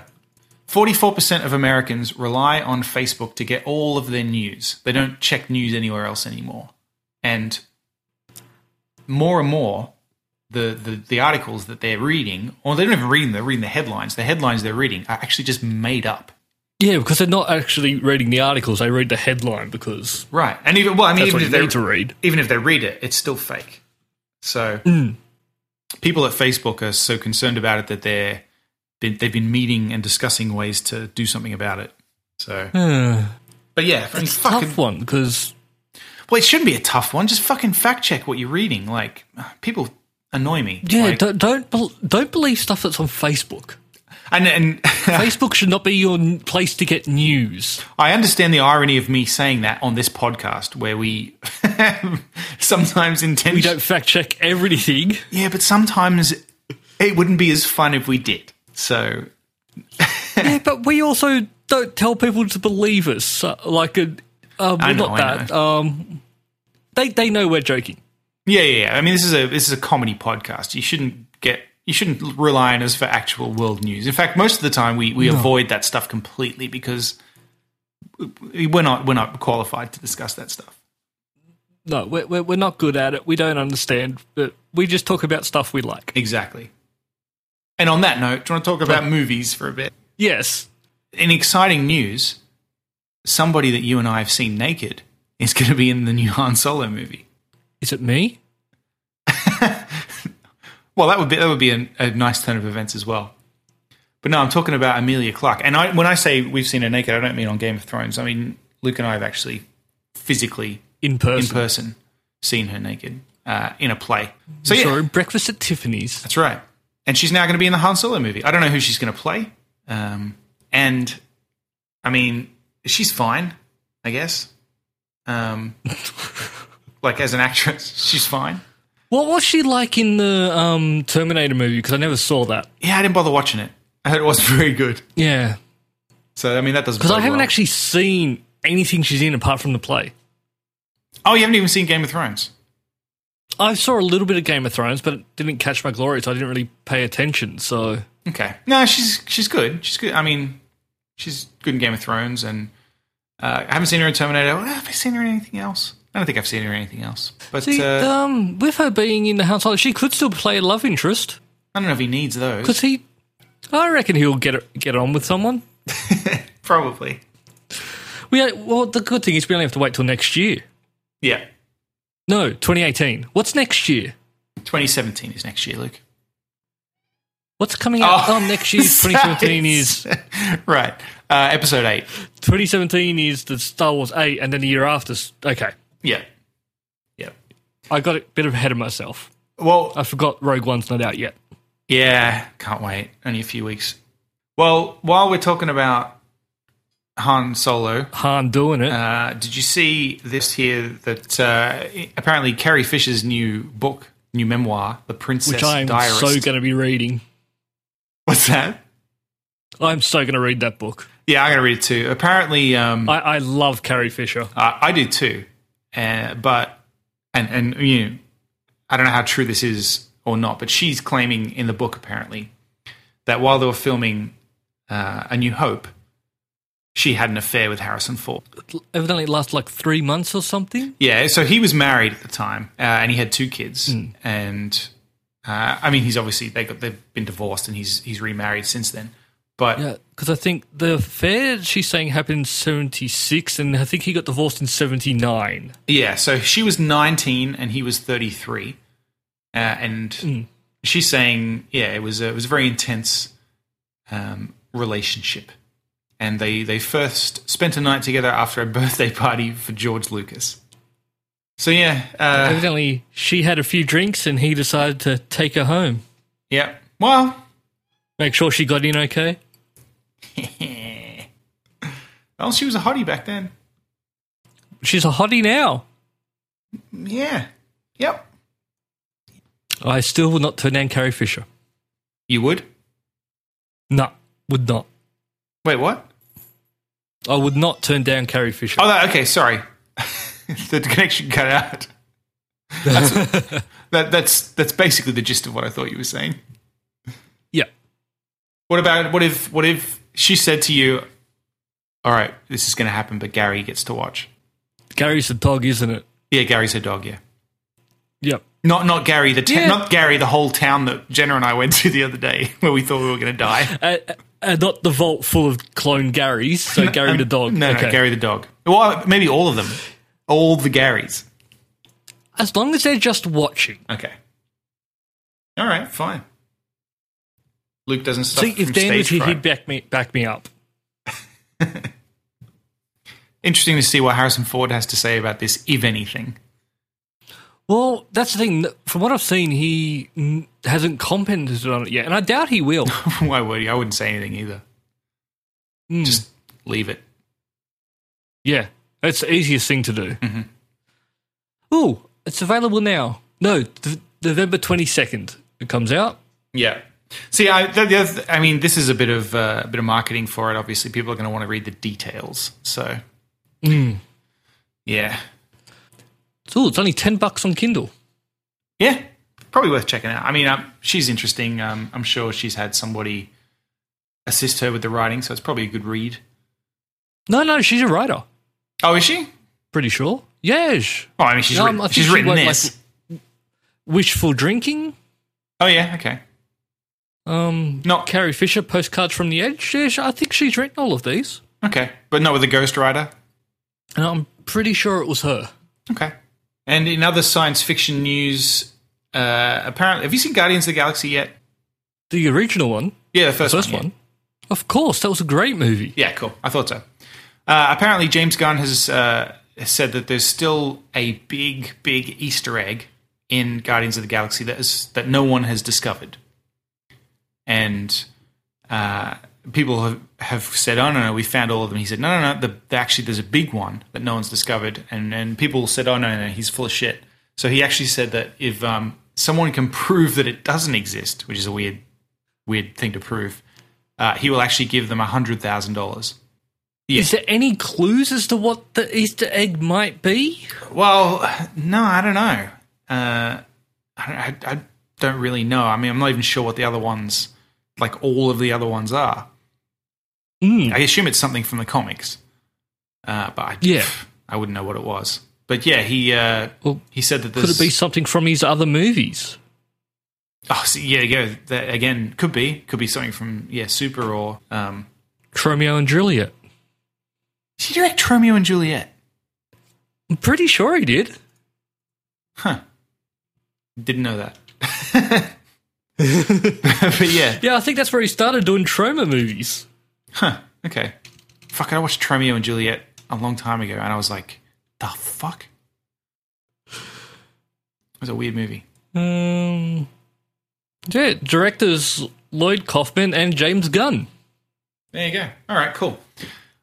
Speaker 5: 44% of Americans rely on Facebook to get all of their news. They don't check news anywhere else anymore. And more and more, the, the, the articles that they're reading, or they don't even read them, they're reading the headlines. The headlines they're reading are actually just made up.
Speaker 3: Yeah, because they're not actually reading the articles; they read the headline because
Speaker 5: Right. And even, well, I mean,
Speaker 3: that's
Speaker 5: even
Speaker 3: what
Speaker 5: if,
Speaker 3: you need to
Speaker 5: they,
Speaker 3: [SIGHS] read.
Speaker 5: even if they read it, it's still fake. So
Speaker 3: Mm.
Speaker 5: people at Facebook are so concerned about it that they're, been, they've been meeting and discussing ways to do something about it. So, but yeah, I mean,
Speaker 3: It's a
Speaker 5: fucking,
Speaker 3: tough one because
Speaker 5: well, it shouldn't be a tough one. Just fucking fact check what you're reading. Like, people annoy me.
Speaker 3: yeah,
Speaker 5: Like,
Speaker 3: don't don't bel- don't believe stuff that's on [LAUGHS] Facebook.
Speaker 5: and, and
Speaker 3: Facebook should not be your n- place to get news.
Speaker 5: I understand the irony of me saying that on this podcast, where we [LAUGHS] sometimes intend.
Speaker 3: We don't fact check everything.
Speaker 5: yeah, but sometimes it wouldn't be as fun if we did. So
Speaker 3: [LAUGHS] Yeah, but we also don't tell people to believe us. so- Like, a, um,
Speaker 5: I
Speaker 3: well,
Speaker 5: know,
Speaker 3: not
Speaker 5: I
Speaker 3: that. Um, they they know we're joking.
Speaker 5: yeah, yeah, yeah. I mean, this is a this is a comedy podcast. You shouldn't get you shouldn't rely on us for actual world news. In fact, most of the time we we avoid that stuff completely because we're not we're not qualified to discuss that stuff.
Speaker 3: No, we're, we're we're not good at it. We don't understand, but we just talk about stuff we like.
Speaker 5: Exactly. And on that note, do you want to talk about movies for a bit?
Speaker 3: Yes.
Speaker 5: In exciting news, somebody that you and I have seen naked is [LAUGHS] going to be in the new Han Solo movie.
Speaker 3: Is it me?
Speaker 5: Well, that would be that would be a, a nice turn of events as well. But no, I'm talking about Amelia Clark. And I, when I say we've seen her naked, I don't mean on Game of Thrones. I mean Luke and I have actually physically
Speaker 3: In
Speaker 5: in
Speaker 3: person.
Speaker 5: person seen her naked uh, in a play. So yeah,
Speaker 3: Sorry, breakfast at Tiffany's.
Speaker 5: that's right. And she's now going to be in the Han Solo movie. I don't know who she's going to play. Um, and I mean, she's fine, I guess.
Speaker 3: [LAUGHS]
Speaker 5: Um, like as an actress, she's fine.
Speaker 3: What was she like in the um, Terminator movie? Because I never saw that.
Speaker 5: Yeah, I didn't bother watching it. I heard it wasn't [LAUGHS] very good.
Speaker 3: Yeah.
Speaker 5: So I mean, that doesn't.
Speaker 3: Because I
Speaker 5: bode
Speaker 3: haven't
Speaker 5: well.
Speaker 3: actually seen anything she's in apart from the play.
Speaker 5: Oh, you haven't even seen Game of Thrones.
Speaker 3: I saw a little bit of Game of Thrones, but it didn't catch my glory, so I didn't really pay attention. So
Speaker 5: Okay. No, she's she's good. She's good. I mean, she's good in Game of Thrones, and uh, I haven't seen her in Terminator. Well, Have I seen her in anything else? I don't think I've seen her in anything else. But
Speaker 3: See,
Speaker 5: uh,
Speaker 3: um, with her being in the household, she could still play a love interest
Speaker 5: I don't know if he needs those.
Speaker 3: because he, I reckon he'll get get on with someone.
Speaker 5: Probably.
Speaker 3: We had- well, the good thing is we only have to wait till next year.
Speaker 5: Yeah.
Speaker 3: No, 2018. What's next year?
Speaker 5: 2017 is next year, Luke. [LAUGHS]
Speaker 3: What's coming out? Oh, next year, 2017 is
Speaker 5: right. Uh, episode eight.
Speaker 3: 2017 is the Star Wars 8, and then the year after. s- Okay,
Speaker 5: Yeah. Yeah.
Speaker 3: I got a bit ahead of myself.
Speaker 5: Well,
Speaker 3: I forgot Rogue One's not out yet.
Speaker 5: Yeah, can't wait. Only a few weeks. Well, while we're talking about Han Solo,
Speaker 3: Han doing it.
Speaker 5: uh, did you see this here that uh, apparently Carrie Fisher's new book, new memoir, The Princess
Speaker 3: which I'm
Speaker 5: Diarist?
Speaker 3: so going to be reading.
Speaker 5: What's that?
Speaker 3: I'm so going to read that book.
Speaker 5: Yeah, I'm going to read it too. Apparently, um,
Speaker 3: I, I love Carrie Fisher.
Speaker 5: I, I do too. Uh, but and and you know, I don't know how true this is or not, but she's claiming in the book apparently that while they were filming uh, A New Hope, she had an affair with Harrison Ford.
Speaker 3: Evidently, it lasts like three months or something.
Speaker 5: Yeah, so he was married at the time, uh, and he had two kids. And uh, I mean, he's obviously they got they've been divorced, and he's he's remarried since then. But
Speaker 3: Yeah, because I think the affair she's saying happened in 76, and I think he got divorced in 79.
Speaker 5: Yeah, so she was 19 and he was 33. Uh, and she's saying, yeah, it was a, it was a very intense um, relationship. And they, they first spent a night together after a [LAUGHS] birthday party for George Lucas. So, yeah, uh,
Speaker 3: Evidently, she had a few drinks, and he decided to take her home.
Speaker 5: yeah. Well, [LAUGHS]
Speaker 3: Make sure she got in okay.
Speaker 5: well, she was a hottie back then.
Speaker 3: She's a hottie now.
Speaker 5: Yeah. Yep.
Speaker 3: I still would not turn down Carrie Fisher.
Speaker 5: You would?
Speaker 3: No, would not.
Speaker 5: Wait, what?
Speaker 3: I would not turn down Carrie Fisher.
Speaker 5: Oh, that, okay. Sorry, [LAUGHS] the connection cut out.
Speaker 3: [LAUGHS]
Speaker 5: That's, that, that's that's basically the gist of what I thought you were saying.
Speaker 3: Yeah.
Speaker 5: What about what if what if she said to you, "All right, this is going to happen, but Gary gets to watch."
Speaker 3: Gary's a dog, isn't it?
Speaker 5: Yeah, Gary's her dog. Yeah,
Speaker 3: Yep.
Speaker 5: not not Gary the ta-
Speaker 3: Yeah.
Speaker 5: not Gary the whole town that Jenna and I went to the other day [LAUGHS] where we thought we were going to die.
Speaker 3: Uh, uh, not the vault full of clone Garys, so Gary the dog.
Speaker 5: Um, No,
Speaker 3: okay.
Speaker 5: no, Gary the dog. Well, maybe all of them, all the Garys.
Speaker 3: As long as they're just watching.
Speaker 5: Okay. All right, fine. Luke doesn't stop
Speaker 3: See, if
Speaker 5: from
Speaker 3: Dan was
Speaker 5: stage
Speaker 3: here,
Speaker 5: fright.
Speaker 3: he'd back me, back me up.
Speaker 5: Interesting to see what Harrison Ford has to say about this, if anything. [LAUGHS]
Speaker 3: Well, that's the thing. From what I've seen, he mm, hasn't commented on it yet, and I doubt
Speaker 5: [LAUGHS]
Speaker 3: he will.
Speaker 5: Why would he? I wouldn't say anything either.
Speaker 3: Mm.
Speaker 5: Just leave it.
Speaker 3: yeah, that's the easiest thing to do.
Speaker 5: Mm-hmm.
Speaker 3: Ooh, it's available now. No, th- November 22nd, it comes out.
Speaker 5: Yeah. See, I, the, the other, I mean, this is a bit of uh, a bit of marketing for it. Obviously, people are going to want to read the details. So,
Speaker 3: Hmm.
Speaker 5: yeah,
Speaker 3: Ooh, it's only 10 bucks on Kindle.
Speaker 5: yeah, probably worth checking out. I mean, um, she's interesting. Um, I'm sure she's had somebody assist her with the writing, so it's probably a good read.
Speaker 3: No, no, she's a writer.
Speaker 5: Oh, is she?
Speaker 3: Pretty sure. Yes.
Speaker 5: Oh, I mean, she's
Speaker 3: Um, I
Speaker 5: written,
Speaker 3: think
Speaker 5: she's
Speaker 3: she
Speaker 5: written
Speaker 3: wrote, like,
Speaker 5: this.
Speaker 3: Wishful drinking?
Speaker 5: oh yeah, okay.
Speaker 3: Um,
Speaker 5: Not-
Speaker 3: Carrie Fisher, Postcards from the Edge. Yeah, I think she's written all of these,
Speaker 5: Okay, but not with a Ghost Rider.
Speaker 3: and I'm pretty sure it was her.
Speaker 5: Okay. And in other science fiction news, uh, apparently, have you seen Guardians of the Galaxy yet?
Speaker 3: The original one,
Speaker 5: Yeah, the first,
Speaker 3: first
Speaker 5: one. yeah.
Speaker 3: one. Of course, that was a great movie.
Speaker 5: Yeah, cool. I thought so. Uh, apparently, James Gunn has uh, has said that there's still a big, big Easter egg in Guardians of the Galaxy that is that no one has discovered, and uh, people have, have said, "Oh no, no, we found all of them." He said, "No, no, no. The, the- actually, there's a big one that no one's discovered," and and people said, "Oh no, no, no, he's full of shit." So he actually said that if um, someone can prove that it doesn't exist, which is a weird, weird thing to prove, uh, he will actually give them hundred thousand dollars.
Speaker 3: Is there any clues as to what the Easter egg might be?
Speaker 5: Well, no, I don't know. Uh, I, don't, I, I don't really know. I mean, I'm not even sure what the other ones, like all of the other ones, are.
Speaker 3: Mm.
Speaker 5: I assume it's something from the comics, uh, but I,
Speaker 3: Yeah.
Speaker 5: I wouldn't know what it was. But yeah, he uh,
Speaker 3: Well,
Speaker 5: he said that
Speaker 3: Could
Speaker 5: there's
Speaker 3: it be something from his other movies?
Speaker 5: oh see, yeah yeah that again could be could be something from yeah Super or um,
Speaker 3: Romeo and Juliet.
Speaker 5: did he direct Romeo and Juliet?
Speaker 3: I'm pretty sure he did.
Speaker 5: Huh? Didn't know that. [LAUGHS] but yeah,
Speaker 3: Yeah, I think that's where he started doing trauma movies.
Speaker 5: Huh. Okay. Fuck, I watched Romeo and Juliet a long time ago, and I was like, the fuck? It was a weird movie.
Speaker 3: Um, yeah, directors Lloyd Kaufman and James Gunn.
Speaker 5: There you go. All right, cool.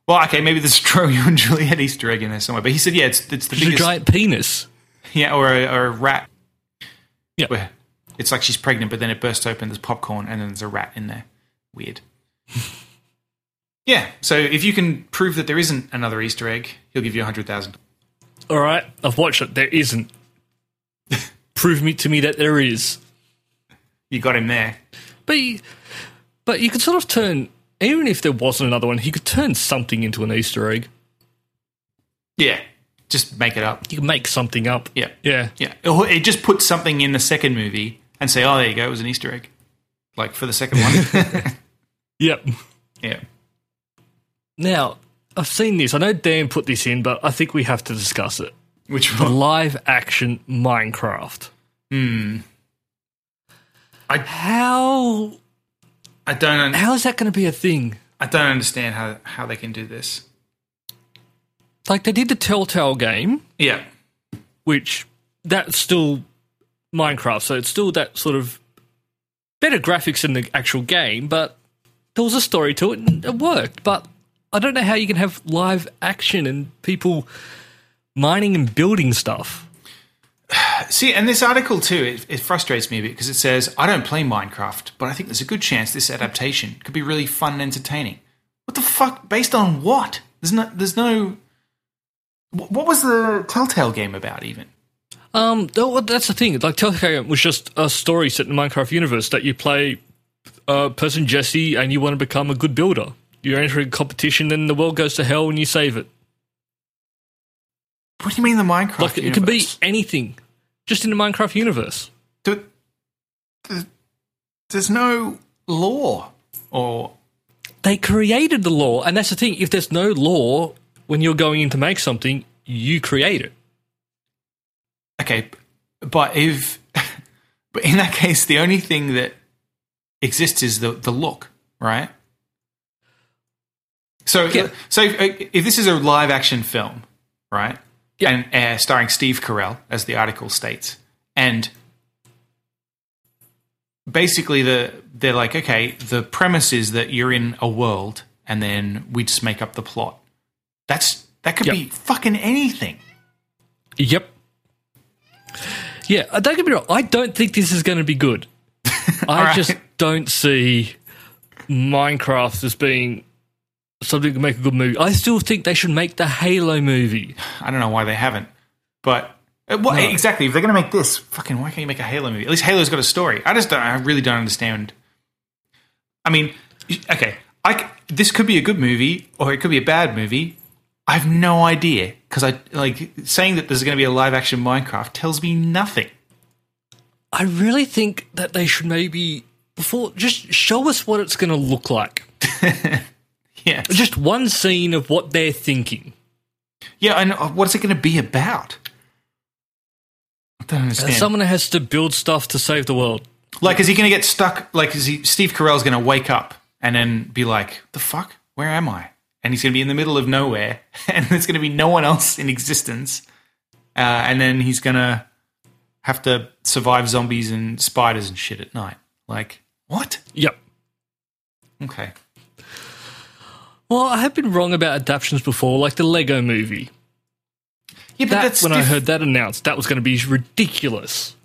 Speaker 5: Well, okay, maybe there's a [LAUGHS] Romeo and Juliet Easter egg in there somewhere, but he said, yeah, it's, it's the
Speaker 3: There's a
Speaker 5: biggest.
Speaker 3: giant penis.
Speaker 5: Yeah, or a, or a rat.
Speaker 3: Yeah.
Speaker 5: Where it's like she's pregnant, but then it bursts open, there's popcorn, and then there's a rat in there. Weird. yeah, so if you can prove that there isn't another Easter egg, he'll give you 100000
Speaker 3: All right, I've watched it.
Speaker 5: [LAUGHS]
Speaker 3: There isn't. Prove me to me that there is.
Speaker 5: You got him there.
Speaker 3: But you, but you could sort of turn, even if there wasn't another one, he could turn something into an Easter egg.
Speaker 5: Yeah. Just make it up.
Speaker 3: You could make something up.
Speaker 5: Yeah.
Speaker 3: Yeah.
Speaker 5: Yeah. Or It just puts something in the second movie and say, oh, there you go, it was an Easter egg. Like for the second one.
Speaker 3: [LAUGHS] Yep.
Speaker 5: yeah.
Speaker 3: Now, I've seen this. I know Dan put this in, but I think we have to discuss it.
Speaker 5: Which
Speaker 3: The
Speaker 5: one?
Speaker 3: live action Minecraft.
Speaker 5: I-
Speaker 3: how
Speaker 5: I don't un-
Speaker 3: how is that going to be a thing?
Speaker 5: I don't understand how, how they can do this.
Speaker 3: Like they did the Telltale game,
Speaker 5: Yeah.
Speaker 3: which that's still Minecraft, so it's still that sort of better graphics in the actual game, but there was a story to it and it worked. But I don't know how you can have live action and people mining and building stuff.
Speaker 5: See, and this article too, it, it frustrates me a bit because it says, I don't play Minecraft, but I think there's a good chance this adaptation could be really fun and entertaining. What the fuck? Based on what? There's no. There's no. wh- What was the Telltale game about, even?
Speaker 3: Um, though, well, that's the thing. Like Telltale was just a story set in the Minecraft universe that you play uh, person Jesse and you want to become a good builder. You're entering a competition, then the world goes to hell and you save it.
Speaker 5: What do you mean the Minecraft?
Speaker 3: Like it could be
Speaker 5: universe?
Speaker 3: anything, just in the Minecraft universe.
Speaker 5: There- there- there's no law or
Speaker 3: They created the law, and that's the thing. If there's no law when you're going in to make something, you create it.
Speaker 5: okay but if [LAUGHS] but in that case the only thing that exists is the the look right so
Speaker 3: Yeah.
Speaker 5: so if, if this is a live action film right yeah. and uh, starring steve carell as the article states and basically the they're like okay the premise is that you're in a world and then we just make up the plot that's that could
Speaker 3: Yep.
Speaker 5: be fucking anything
Speaker 3: Yep. Yeah, uh, don't get me wrong. I don't think this is going to be good. I
Speaker 5: right.
Speaker 3: just don't see Minecraft as being something to make a good movie. I still think they should make the Halo movie.
Speaker 5: I don't know why they haven't. But uh, what exactly? If they're going to make this, fucking why can't you make a Halo movie? At least Halo's got a story. I just don't. I really don't understand. I mean, okay, I c this could be a good movie or it could be a bad movie. I have no idea because I like saying that there's going to be a live action Minecraft tells me nothing.
Speaker 3: I really think that they should maybe before just show us what it's going to look like.
Speaker 5: Yeah.
Speaker 3: Just one scene of what they're thinking.
Speaker 5: Yeah, and uh, what's it going to be about? I don't
Speaker 3: And
Speaker 5: understand.
Speaker 3: Uh, someone has to build stuff to save the world.
Speaker 5: like, is he going to get stuck? Like, is he Steve Carell's going to wake up and then be like, "The fuck? Where am I?" And he's going to be in the middle of nowhere, [LAUGHS] and there's going to be no one else in existence. Uh, and then he's going to have to survive zombies and spiders and shit at night. Like, what?
Speaker 3: Yep.
Speaker 5: Okay.
Speaker 3: Well, I have been wrong about adaptions before, like the Lego movie.
Speaker 5: Yeah, but
Speaker 3: That,
Speaker 5: that's
Speaker 3: when I
Speaker 5: diff-
Speaker 3: heard that announced, that was going to be ridiculous.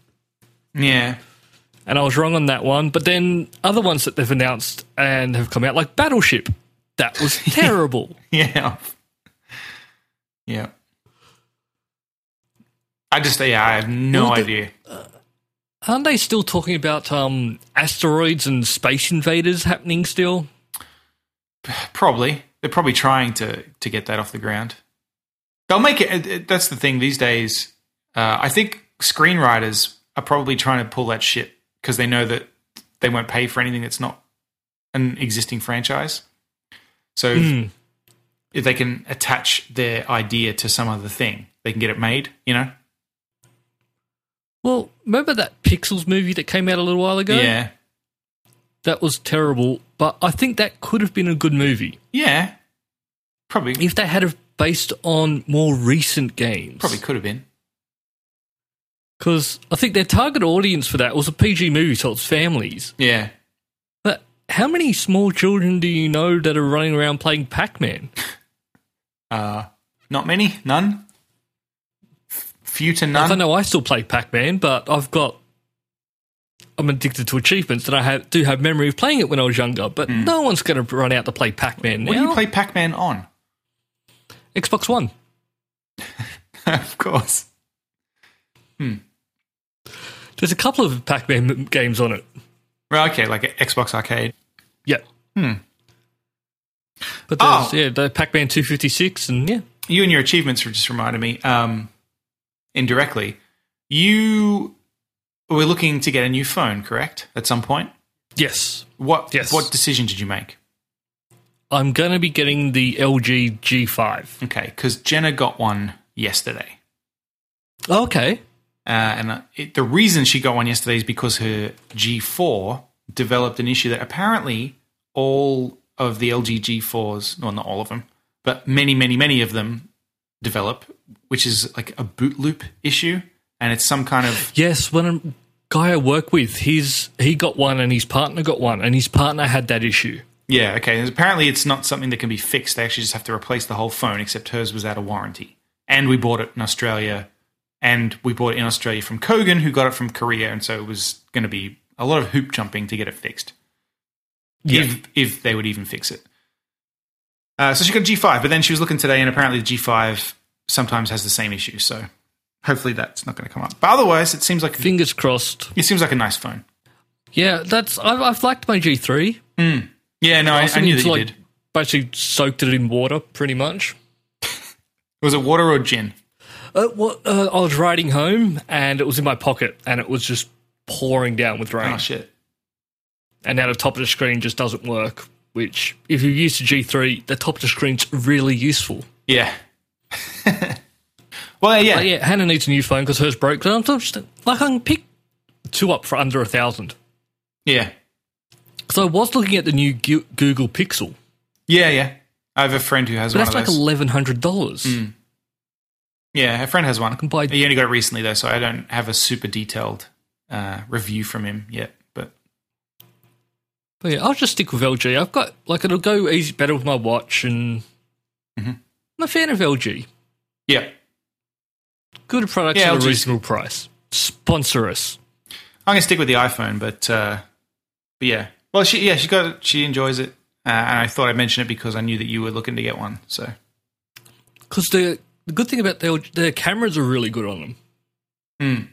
Speaker 5: Yeah, [LAUGHS]
Speaker 3: And I was wrong on that one. But then other ones that they've announced and have come out, like Battleship, that
Speaker 5: [LAUGHS]
Speaker 3: was terrible.
Speaker 5: Yeah. Yeah. I just yeah, I have no
Speaker 3: Well, the-
Speaker 5: idea.
Speaker 3: Aren't they still talking about um, asteroids and space invaders happening still?
Speaker 5: Probably they're probably trying to to get that off the ground. They'll make it- it. it- That's the thing these days. Uh, I think screenwriters are probably trying to pull that shit because they know that they won't pay for anything that's not an existing franchise. So if they can attach their idea to some other thing, they can get it made. You know?
Speaker 3: Well, remember that Pixels movie that came out a little while ago?
Speaker 5: Yeah.
Speaker 3: That was terrible, but I think that could have been a good movie
Speaker 5: Yeah. Probably.
Speaker 3: if they had have based on more recent games.
Speaker 5: Probably could have been.
Speaker 3: Because I think their target audience for that was a PG movie, so it's families.
Speaker 5: Yeah.
Speaker 3: But how many small children do you know that are running around playing Pac Man?
Speaker 5: Uh, not many. None. F- Few to
Speaker 3: I
Speaker 5: none.
Speaker 3: know I still play Pac Man, but I've got. I'm addicted to achievements, and I have, do have memory of playing it when I was younger. But no one's going to run out to play Pac Man now.
Speaker 5: Hmm. What do you play Pac Man on?
Speaker 3: Xbox One.
Speaker 5: [LAUGHS] of course.
Speaker 3: There's a couple of Pac Man m- games on it.
Speaker 5: Right, okay, like a Xbox Arcade.
Speaker 3: Yeah.
Speaker 5: Hmm.
Speaker 3: But
Speaker 5: Oh.
Speaker 3: there's, yeah, the Pac Man 256, and yeah.
Speaker 5: You and your achievements just reminded me, um, indirectly. You were looking to get a new phone, correct? At some point?
Speaker 3: Yes.
Speaker 5: What
Speaker 3: Yes.
Speaker 5: what decision did you make?
Speaker 3: I'm going to be getting the LG G5.
Speaker 5: Okay, because Jenna got one yesterday.
Speaker 3: Okay.
Speaker 5: Uh, and uh, it, the reason she got one yesterday is because her G4 developed an issue that apparently all of the LG G4s, well, not all of them, but many, many, many of them develop, which is like a boot loop issue. And it's some kind of.
Speaker 3: Yes, when a guy I work with, his he got one and his partner got one, and his partner had that issue.
Speaker 5: Yeah, okay. and apparently, it's not something that can be fixed. They actually just have to replace the whole phone, except hers was out of warranty. And we bought it in Australia. And we bought it in Australia from Kogan, who got it from Korea. And so it was going to be a lot of hoop jumping to get it fixed. if if they would even fix it. Uh, so she got a G5, but then she was looking today, and apparently the G5 sometimes has the same issue. So hopefully that's not going to come up. But otherwise, it seems like
Speaker 3: Fingers crossed.
Speaker 5: it seems like a nice phone.
Speaker 3: Yeah, that's I've, I've liked my G3.
Speaker 5: Yeah, no, I, I
Speaker 3: think
Speaker 5: knew
Speaker 3: it's
Speaker 5: that you
Speaker 3: like-
Speaker 5: did.
Speaker 3: Basically, soaked it in water, pretty much.
Speaker 5: Was it water or gin?
Speaker 3: Uh, well, uh, I was riding home, and it was in my pocket, and it was just pouring down with rain.
Speaker 5: Oh shit!
Speaker 3: and now the top of the screen just doesn't work. Which, if you're used to G3, the top of the screen's really useful.
Speaker 5: Yeah. [LAUGHS] well, yeah,
Speaker 3: But yeah, Hannah needs a new phone because hers broke. So I'm just, like, I can pick two up for under a thousand.
Speaker 5: yeah,
Speaker 3: So I was looking at the new Gu- Google Pixel,
Speaker 5: yeah, yeah. I have a friend who has
Speaker 3: but
Speaker 5: one
Speaker 3: that's
Speaker 5: of
Speaker 3: like
Speaker 5: those. Mm.
Speaker 3: eleven hundred dollars.
Speaker 5: yeah, a friend has one. I
Speaker 3: can buy-
Speaker 5: He only got it recently though, so I don't have a super detailed uh, review from him yet. But
Speaker 3: But yeah, I'll just stick with LG. I've got like it'll go easy better with my watch, and
Speaker 5: Mm-hmm.
Speaker 3: I'm a fan of LG.
Speaker 5: yeah,
Speaker 3: Good products
Speaker 5: Yeah,
Speaker 3: at
Speaker 5: LG's
Speaker 3: a reasonable price. Sponsor us.
Speaker 5: I'm gonna stick with the iPhone, but uh, but yeah. Well, she yeah she got it. she enjoys it, uh, and I thought I'd mention it because I knew that you were looking to get one. So
Speaker 3: Because the, the good thing about their their cameras are really good on them.
Speaker 5: Hmm.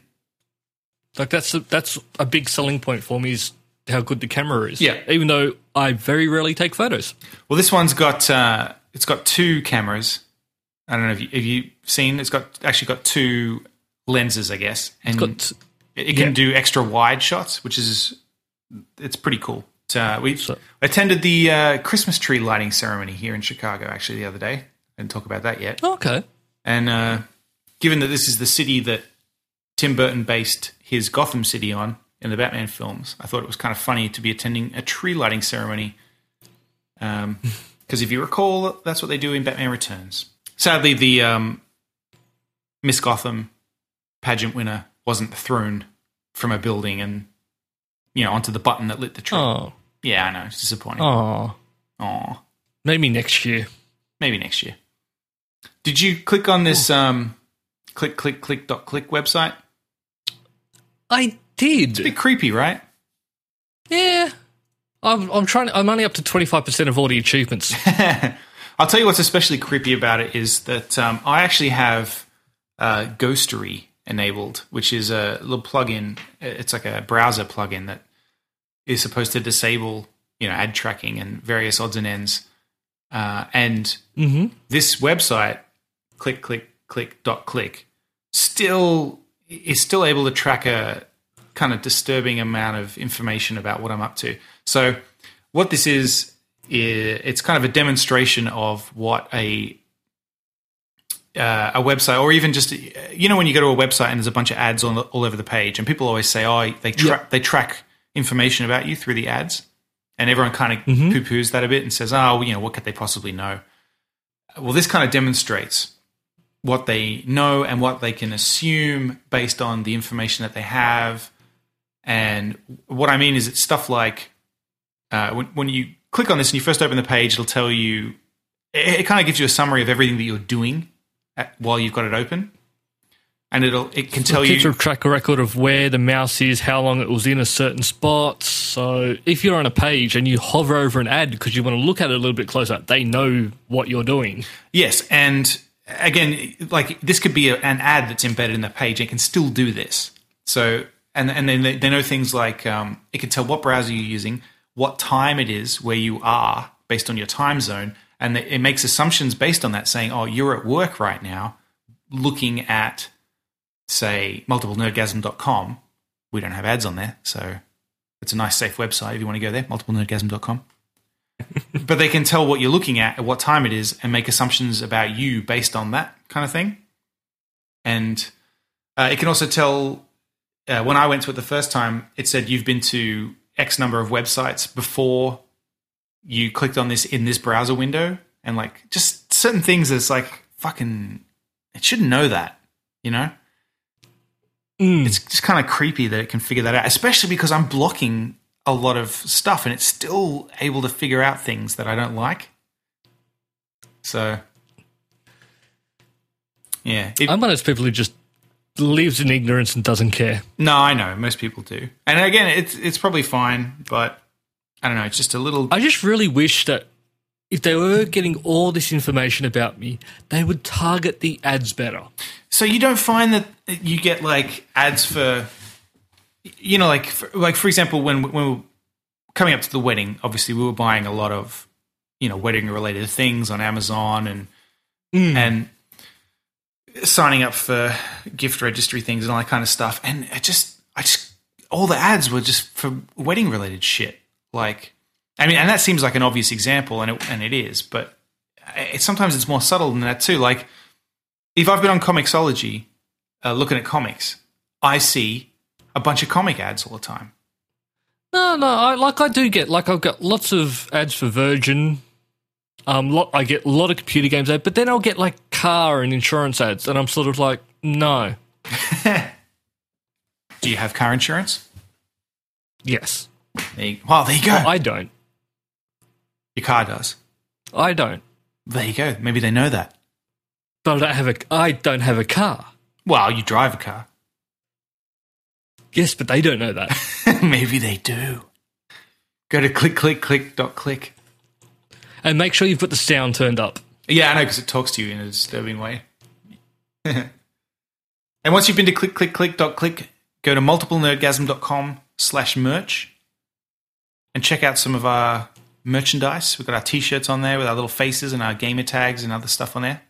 Speaker 3: Like that's a, that's a big selling point for me is how good the camera is.
Speaker 5: Yeah.
Speaker 3: Even though I very rarely take photos.
Speaker 5: well, this one's got uh, it's got two cameras. I don't know if you have you seen it's got actually got two lenses, I guess, and
Speaker 3: Got
Speaker 5: it can
Speaker 3: yeah.
Speaker 5: do extra wide shots, which is it's pretty cool. So, uh, we attended the uh, Christmas tree lighting ceremony here in Chicago actually the other day. I didn't talk about that yet.
Speaker 3: Okay.
Speaker 5: And uh, given that this is the city that Tim Burton based his Gotham City on in the Batman films, I thought it was kind of funny to be attending a tree lighting ceremony. Because
Speaker 3: [LAUGHS]
Speaker 5: if you recall, that's what they do in Batman Returns. Sadly, the um, Miss Gotham pageant winner wasn't thrown from a building and you know onto the button that lit the tree.
Speaker 3: Oh,
Speaker 5: Yeah, I know, it's disappointing.
Speaker 3: oh.
Speaker 5: Aw
Speaker 3: Maybe next year.
Speaker 5: maybe next year. Did you click on this um, click click click dot click website?
Speaker 3: I
Speaker 5: A bit
Speaker 3: did.
Speaker 5: creepy, right? [LAUGHS]
Speaker 3: Yeah. I'm, I'm trying. I'm only up to 25% of all the achievements.
Speaker 5: I'll tell you what's especially creepy about it is that um, I actually have uh, Ghostery enabled, which is a little plugin. It's like a browser plugin that is supposed to disable you know ad tracking and various odds and ends. Uh, and
Speaker 3: mm-hmm.
Speaker 5: this website, click, click, click, dot, click, still is still able to track a kind of disturbing amount of information about what I'm up to. So, what this is, i- it's kind of a demonstration of what a uh, a website, or even just you know when you go to a website and there's a bunch of ads on all over the page, and people always say, "Oh, they tra- they track information about you through the ads," and everyone kind of poo poos that a bit and says, "Oh, well, you know, what could they possibly know?" Well, this kind of demonstrates what they know and what they can assume based on the information that they have. And what I mean is, it's stuff like uh, when, when you click on this and you first open the page, it'll tell you, it, it kind of gives you a summary of everything that you're doing at, while you've got it open. And it'll, it can tell
Speaker 3: keeps
Speaker 5: you.
Speaker 3: a track record of where the mouse is, how long it was in a certain spot. So if you're on a page and you hover over an ad because you want to look at it a little bit closer, they know what you're doing.
Speaker 5: Yes, and again, like this could be a, an ad that's embedded in the page and can still do this. So, and and then they, they know things like um, it can tell what browser you're using, what time it is where you are based on your time zone, and it makes assumptions based on that, saying, "Oh, you're at work right now, looking at." Say multiplenerdgasm.com. We don't have ads on there, so it's a nice, safe website if you want to go there. Multiplenerdgasm.com but they can tell what you're looking at at what time it is and make assumptions about you based on that kind of thing and uh, it can also tell uh, when i went to it the first time it said you've been to x number of websites before you clicked on this in this browser window and like just certain things that's like fucking it shouldn't know that you know it's just kind of creepy that it can figure that out, especially because I'm blocking a lot of stuff and it's still able to figure out things that I don't like. So, yeah. It-
Speaker 3: I'm one of those people who just lives in ignorance and doesn't care.
Speaker 5: no, I know most people do, and again, it's it's probably fine, but I don't know. It's just a little.
Speaker 3: I just really wish that if they were getting all this information about me, they would target the ads better.
Speaker 5: So you don't find that you get like ads for, you know, like for, like for example, when when we were coming up to the wedding, obviously we were buying a lot of, you know, wedding related things on Amazon and and signing up for gift registry things and all that kind of stuff. And it just, I just, all the ads were just for wedding related shit. Like, I mean, and that seems like an obvious example, and it and it is, but it, sometimes it's more subtle than that too. Like if I've been on Comixology, uh, looking at comics, I see a bunch of comic ads all the time.
Speaker 3: No, no, I, like I do get like I've got lots of ads for Virgin. Um, lot I get a lot of computer games ads, but then I'll get like car and insurance ads, and I'm sort of like, no,
Speaker 5: Do you have car insurance?
Speaker 3: yes,
Speaker 5: There you, well, there you go.
Speaker 3: I don't,
Speaker 5: Your car does.
Speaker 3: I don't,
Speaker 5: There you go. Maybe they know that.
Speaker 3: but I don't have a, I don't have a car.
Speaker 5: Well, you drive a car. [LAUGHS]
Speaker 3: Yes, but they don't know that.
Speaker 5: [LAUGHS] Maybe they do. Go to click, click, click, dot click.
Speaker 3: and make sure you've got the sound turned up.
Speaker 5: Yeah, I know, because it talks to you in a disturbing way. [LAUGHS] and once you've been to click, click, click, dot click, go to multiplenerdgasm.com slash merch and check out some of our merchandise. We've got our t-shirts on there with our little faces and our gamer tags and other stuff on there.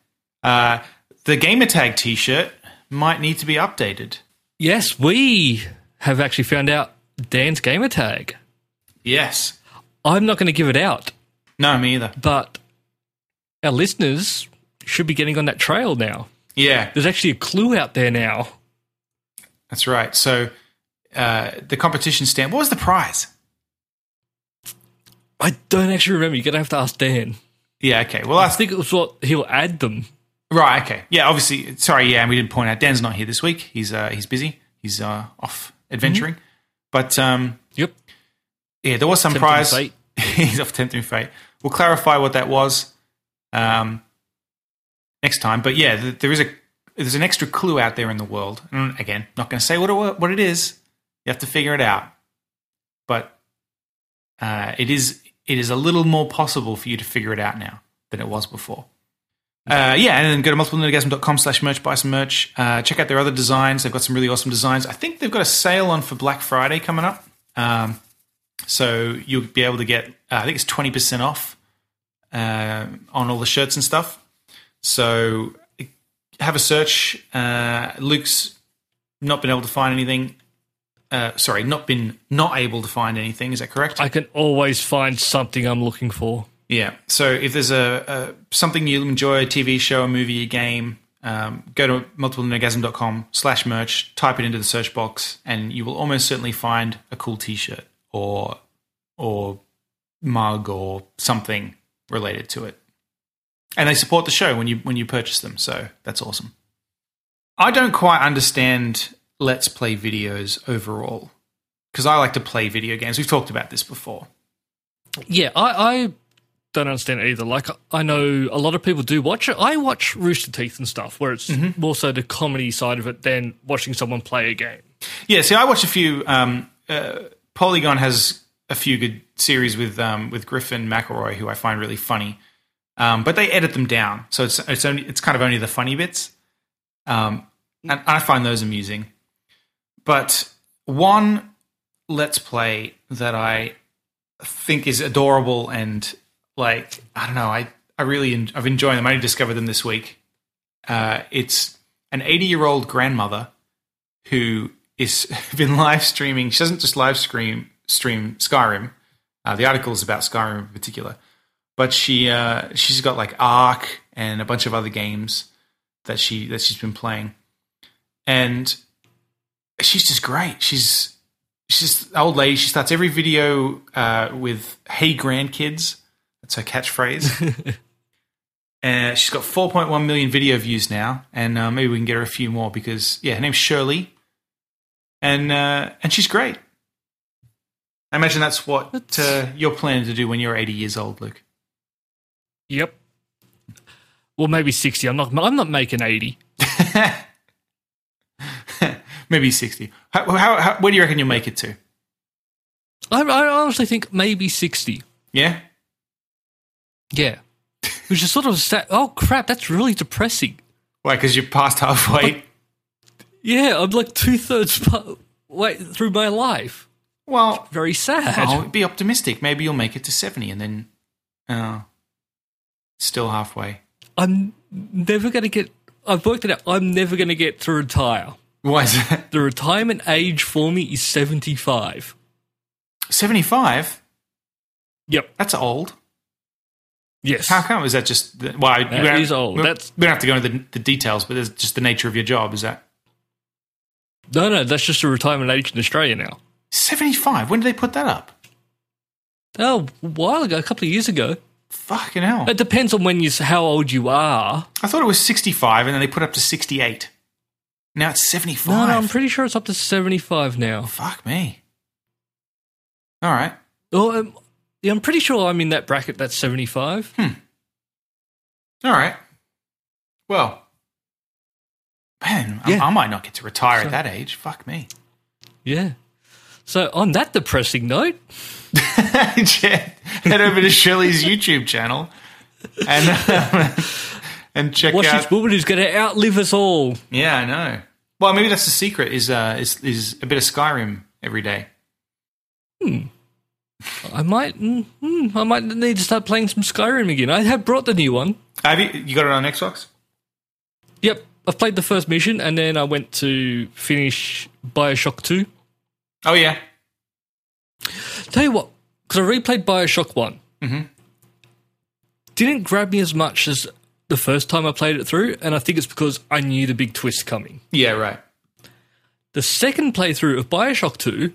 Speaker 5: Uh, the gamer tag t-shirt might need to be updated.
Speaker 3: Yes, we have actually found out Dan's gamer tag.
Speaker 5: Yes.
Speaker 3: I'm not going to give it out,
Speaker 5: No, me either.
Speaker 3: but our listeners should be getting on that trail now.
Speaker 5: Yeah,
Speaker 3: There's actually a clue out there now.
Speaker 5: that's right. So uh, the competition stamp. What was the prize?
Speaker 3: I don't actually remember. You're going to have to ask Dan.
Speaker 5: Yeah, okay. Well,
Speaker 3: I
Speaker 5: I think
Speaker 3: think it was what he'll add them.
Speaker 5: right. Okay. Yeah, obviously. Sorry. Yeah, and we didn't point out Dan's not here this week. He's uh, he's busy. He's uh, off adventuring. But um,
Speaker 3: Yep.
Speaker 5: yeah, there was some
Speaker 3: Mm-hmm. Tempting
Speaker 5: prize.
Speaker 3: fate.
Speaker 5: [LAUGHS] he's off tempting fate. We'll clarify what that was um, next time. But yeah, th- there is a there's an extra clue out there in the world. And again, not going to say what it, wa- what it is. You have to figure it out. But uh, it is it is a little more possible for you to figure it out now than it was before. Uh, yeah, and then go to multiplenergasm.com slash merch, buy some merch. Uh, check out their other designs. They've got some really awesome designs. I think they've got a sale on for Black Friday coming up. Um, so you'll be able to get, uh, I think it's 20% off uh, on all the shirts and stuff. So have a search. Uh, Luke's not been able to find anything. Uh, sorry, not been not able to find anything. Is that correct?
Speaker 3: I can always find something I'm looking for.
Speaker 5: Yeah. So if there's a, a something you enjoy, a TV show, a movie, a game, um, go to multiplenergasm.com slash merch, type it into the search box, and you will almost certainly find a cool T-shirt or or mug or something related to it. And they support the show when you when you purchase them, so that's awesome. I don't quite understand let's play videos overall because I like to play video games. We've talked about this before.
Speaker 3: Yeah, I, I don't understand it either. Like, I know a lot of people do watch it. I watch Rooster Teeth and stuff, where it's more so the comedy side of it than watching someone play a game.
Speaker 5: Yeah, see, I watch a few. Um, uh, Polygon has a few good series with um, with Griffin McElroy, who I find really funny. Um, but they edit them down, so it's it's only it's kind of only the funny bits, um, and, and I find those amusing. But one let's play that I think is adorable and like I don't know, I I really en- I've enjoyed them. I only discovered them this week. Uh, it's an eighty year old grandmother who is [LAUGHS] been live streaming. She doesn't just live stream stream Skyrim. Uh, the article is about Skyrim in particular, but she uh, she's got like Ark and a bunch of other games that she that she's been playing, and she's just great. She's she's just an old lady. She starts every video uh, with "Hey grandkids." That's her catchphrase. And she's got 4.1 million video views now, and uh, maybe we can get her a few more because yeah, her name's Shirley, and uh, and she's great. I imagine that's what uh, you're planning to do when you're 80 years old, Luke.
Speaker 3: Yep. Well, maybe sixty. I'm not. I'm not making eighty.
Speaker 5: [LAUGHS] maybe 60. How, how, how, where do you reckon you'll make it to?
Speaker 3: I, I honestly think maybe sixty.
Speaker 5: Yeah,
Speaker 3: Yeah. Which is sort of sad. Oh crap! That's really depressing.
Speaker 5: why? Because you're past halfway.
Speaker 3: Yeah, I'm like two [LAUGHS] thirds way through my life.
Speaker 5: [LAUGHS] Well,
Speaker 3: Very sad.
Speaker 5: oh, be optimistic. Maybe you'll make it to 70, and then uh, still halfway.
Speaker 3: I'm never going to get. I've worked it out. I'm never going to get to retire.
Speaker 5: Why is that?
Speaker 3: The retirement age for me is 75.
Speaker 5: 75?
Speaker 3: Yep.
Speaker 5: That's old.
Speaker 3: Yes.
Speaker 5: How come? Is that just the, well? you
Speaker 3: That
Speaker 5: don't-
Speaker 3: is old.
Speaker 5: We,
Speaker 3: That's-
Speaker 5: we don't have to go into the, the details, but it's just the nature of your job. Is that
Speaker 3: No, no, that's just a retirement age in Australia now.
Speaker 5: seventy-five? When did they put that up?
Speaker 3: Oh, a while ago, a couple of years ago.
Speaker 5: Fucking hell!
Speaker 3: It depends on when you how old you are.
Speaker 5: I thought it was sixty-five, and then they put up to sixty-eight. Now it's
Speaker 3: No,
Speaker 5: seventy-five.
Speaker 3: no, I'm pretty sure it's up to 75 now.
Speaker 5: Fuck me. All right.
Speaker 3: Oh, um, yeah, I'm pretty sure I'm in that bracket. That's 75.
Speaker 5: Hmm. All right. Well, man, I-
Speaker 3: Yeah.
Speaker 5: I, might not get to retire at that age. Fuck
Speaker 3: [LAUGHS]
Speaker 5: me.
Speaker 3: Yeah. So on that depressing note,
Speaker 5: Jet, Head over to Shirley's YouTube channel and [LAUGHS] and check
Speaker 3: watch
Speaker 5: out.
Speaker 3: this woman who's going to outlive us all.
Speaker 5: Yeah, I know. Well, maybe that's the secret is uh, is is a bit of Skyrim every day.
Speaker 3: I might, mm, mm, I might need to start playing some Skyrim again. I have brought the new one.
Speaker 5: Have you you got it on Xbox?
Speaker 3: Yep, I've played the first mission and then I went to finish Bioshock 2.
Speaker 5: Oh yeah,
Speaker 3: Tell you what, because I replayed Bioshock One. Mm-hmm. Didn't grab me as much as the first time I played it through, and I think it's because I knew the big twist coming.
Speaker 5: Yeah, right.
Speaker 3: The second playthrough of Bioshock Two,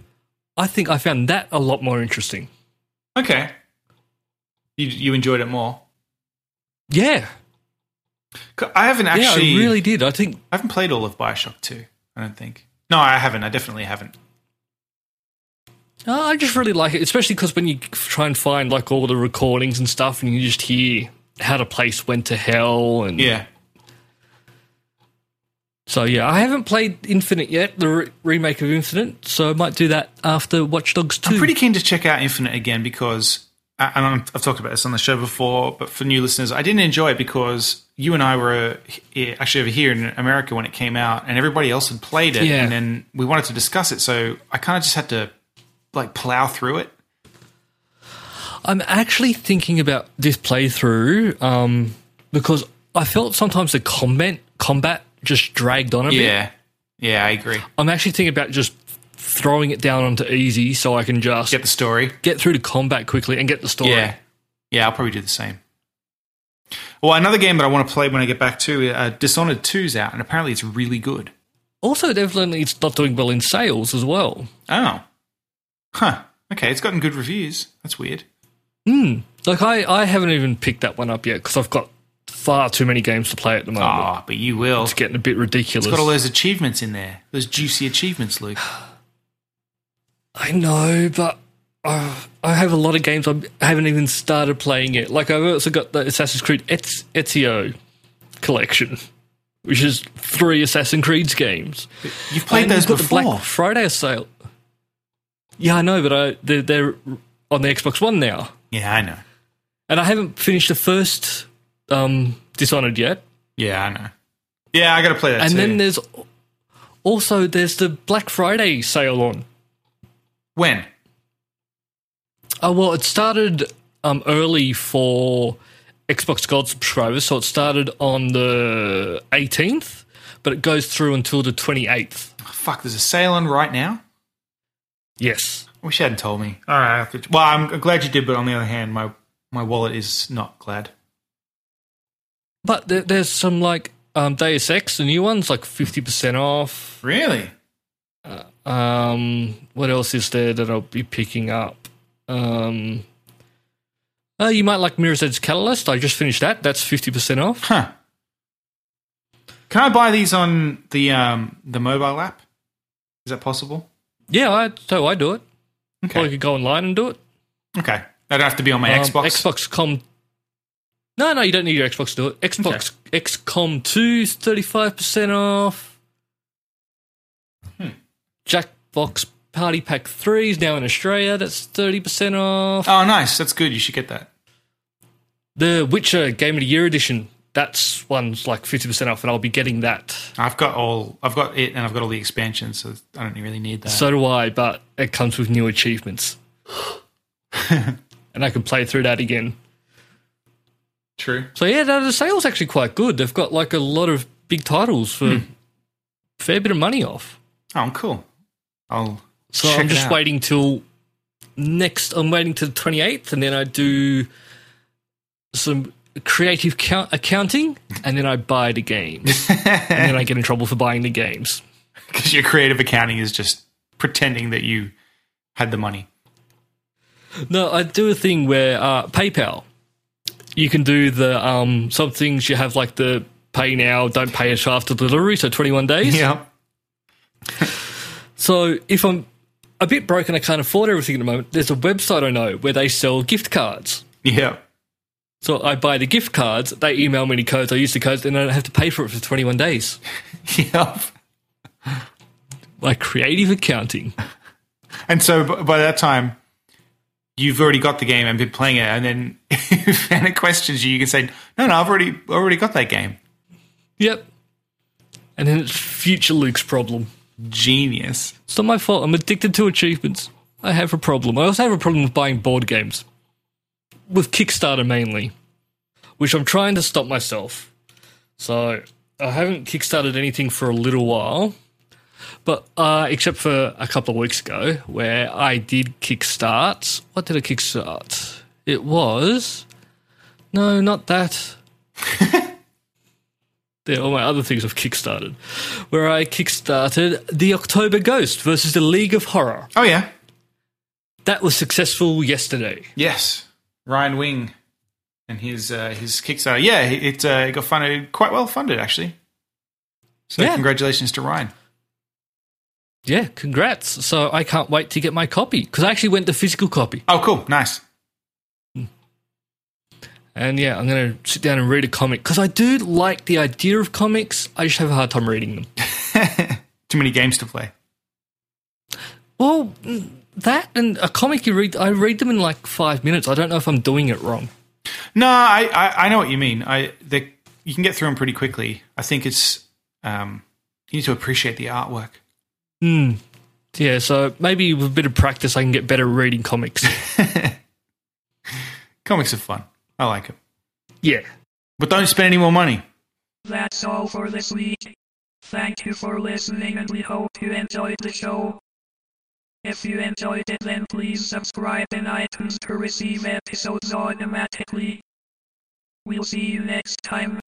Speaker 3: I think I found that a lot more interesting.
Speaker 5: Okay. You, you enjoyed it more.
Speaker 3: Yeah,
Speaker 5: 'Cause I haven't
Speaker 3: yeah,
Speaker 5: actually.
Speaker 3: I really did. I think
Speaker 5: I haven't played all of Bioshock 2, I don't think. No, I haven't. I definitely haven't.
Speaker 3: No, I just really like it, especially because when you try and find like all the recordings and stuff, and you just hear how the place went to hell, and
Speaker 5: Yeah.
Speaker 3: so yeah, I haven't played Infinite yet, the re- remake of Infinite, so I might do that after Watch Dogs Two.
Speaker 5: I'm pretty keen to check out Infinite again because, and I'm- I've talked about this on the show before, but for new listeners, I didn't enjoy it because you and I were he- actually over here in America when it came out, and everybody else had played it,
Speaker 3: Yeah.
Speaker 5: and then we wanted to discuss it, so I kind of just had to like plow through it.
Speaker 3: I'm actually thinking about this playthrough um, because I felt sometimes the combat combat just dragged on a bit.
Speaker 5: Yeah, yeah, I agree.
Speaker 3: I'm actually thinking about just throwing it down onto easy so I can just
Speaker 5: Get the story.
Speaker 3: get through the combat quickly and get the story.
Speaker 5: Yeah, yeah, I'll probably do the same. Well, another game that I want to play when I get back to uh, Dishonored 2's out, and apparently it's really good.
Speaker 3: Also, definitely, it's not doing well in sales as well.
Speaker 5: Oh, huh? Okay, it's gotten good reviews. That's weird.
Speaker 3: Like, I, I haven't even picked that one up yet because I've got far too many games to play at the moment.
Speaker 5: Ah, but you will.
Speaker 3: Oh, It's getting a bit ridiculous.
Speaker 5: It's got all those achievements in there. Those juicy achievements,
Speaker 3: [GASPS]
Speaker 5: Luke.
Speaker 3: I know, but uh, I have a lot of games I'm- I haven't even started playing yet. Like, I've also got the Assassin's Creed Et- Ezio collection, which is three Assassin's Creed games.
Speaker 5: You've played
Speaker 3: And
Speaker 5: those
Speaker 3: you've got
Speaker 5: before.
Speaker 3: The Black Friday sale. Yeah, I know, but I, they're, they're on the Xbox One now.
Speaker 5: yeah, I know.
Speaker 3: And I haven't finished the first um, Dishonored yet.
Speaker 5: Yeah, I know. Yeah, I got to play that
Speaker 3: and
Speaker 5: too.
Speaker 3: then there's also there's the Black Friday sale on.
Speaker 5: when?
Speaker 3: Oh well, it started um, early for Xbox Gold subscribers, so it started on the 18th, but it goes through until the 28th.
Speaker 5: Fuck, there's a sale on right now.
Speaker 3: Yes.
Speaker 5: I wish you hadn't told me. All right. I have to- Well, I'm glad you did, but on the other hand, my my wallet is not glad.
Speaker 3: But there, there's some like um, Deus Ex, the new ones, like 50% off.
Speaker 5: Really?
Speaker 3: Um, what else is there that I'll be picking up? Um, oh, you might like Mirror's Edge Catalyst. I just finished that. That's 50% off.
Speaker 5: Huh. Can I buy these on the um the mobile app? Is that possible?
Speaker 3: Yeah, I, so I do it.
Speaker 5: Okay.
Speaker 3: Or you could go online and do it.
Speaker 5: Okay. I don't have to be on my
Speaker 3: Um,
Speaker 5: Xbox.
Speaker 3: XCOM. No, no, you don't need your Xbox to do it. Xbox XCOM 2 is 35% off.
Speaker 5: Hmm.
Speaker 3: Jackbox Party Pack 3 is now in Australia. That's 30% off.
Speaker 5: Oh, nice. That's good. You should get that.
Speaker 3: The Witcher Game of the Year Edition. That's one's like 50% off, and I'll be getting that.
Speaker 5: I've got all. I've got it, and I've got all the expansions, so I don't really need that.
Speaker 3: So do I, but it comes with new
Speaker 5: [LAUGHS]
Speaker 3: achievements. and I can play through that again.
Speaker 5: True.
Speaker 3: So yeah, no, the sale's actually quite good. They've got like a lot of big titles for
Speaker 5: Hmm.
Speaker 3: a fair bit of money off.
Speaker 5: Oh, cool. I'll.
Speaker 3: So
Speaker 5: check
Speaker 3: I'm
Speaker 5: it
Speaker 3: just
Speaker 5: out.
Speaker 3: waiting till next. I'm waiting till the 28th, and then I do some creative count- accounting, and then I buy
Speaker 5: [LAUGHS]
Speaker 3: the games, and then I get in trouble for buying the games.
Speaker 5: Because your creative accounting is just pretending that you had the money.
Speaker 3: No, I do a thing where uh, PayPal. You can do the um, some things you have like the pay now, don't pay us after delivery, so 21 days.
Speaker 5: Yeah.
Speaker 3: So if I'm a bit broken, I can't afford everything at the moment. There's a website I know where they sell gift cards.
Speaker 5: Yeah. [LAUGHS]
Speaker 3: So I buy the gift cards. They email me the codes. I use the codes, and I don't have to pay for it for 21 days.
Speaker 5: Yeah.
Speaker 3: Like creative accounting.
Speaker 5: And so b- by that time, you've already got the game and been playing it, and then [LAUGHS] if Anna questions you, you can say, "No, no, I've already already got that game."
Speaker 3: Yep. And then it's future Luke's problem.
Speaker 5: Genius.
Speaker 3: It's not my fault. I'm addicted to achievements. I have a problem. I also have a problem with buying board games, with Kickstarter mainly, which I'm trying to stop myself. So I haven't Kickstarted anything for a little while. But uh, except for a couple of weeks ago, where I did kickstart. What did I kickstart? It was no, not that. There, all my other things I've kickstarted, where I kickstarted the October Ghost versus the League of Horror.
Speaker 5: Oh yeah.
Speaker 3: That was successful yesterday.
Speaker 5: Yes. Ryan Wing and his uh, his Kickstarter. Yeah, it uh, got funded quite well funded actually. So
Speaker 3: Yeah.
Speaker 5: congratulations to Ryan.
Speaker 3: Yeah, congrats. So I can't wait to get my copy because I actually went the physical copy.
Speaker 5: Oh, cool. Nice.
Speaker 3: And yeah, I'm going to sit down and read a comic because I do like the idea of comics. I just have a hard time reading them.
Speaker 5: Too many games to play.
Speaker 3: Well, mm, that and a comic you read, I read them in like five minutes. I don't know if I'm doing it wrong.
Speaker 5: No, I, I, I know what you mean. I they, you can get through them pretty quickly. I think it's um, you need to appreciate the artwork.
Speaker 3: Hmm. Yeah, so maybe with a bit of practice, I can get better at reading comics.
Speaker 5: [LAUGHS] Comics are fun. I like it.
Speaker 3: yeah.
Speaker 5: But don't spend any more money.
Speaker 6: That's all for this week. Thank you for listening and we hope you enjoyed the show. If you enjoyed it then please subscribe in iTunes to receive episodes automatically. We'll see you next time.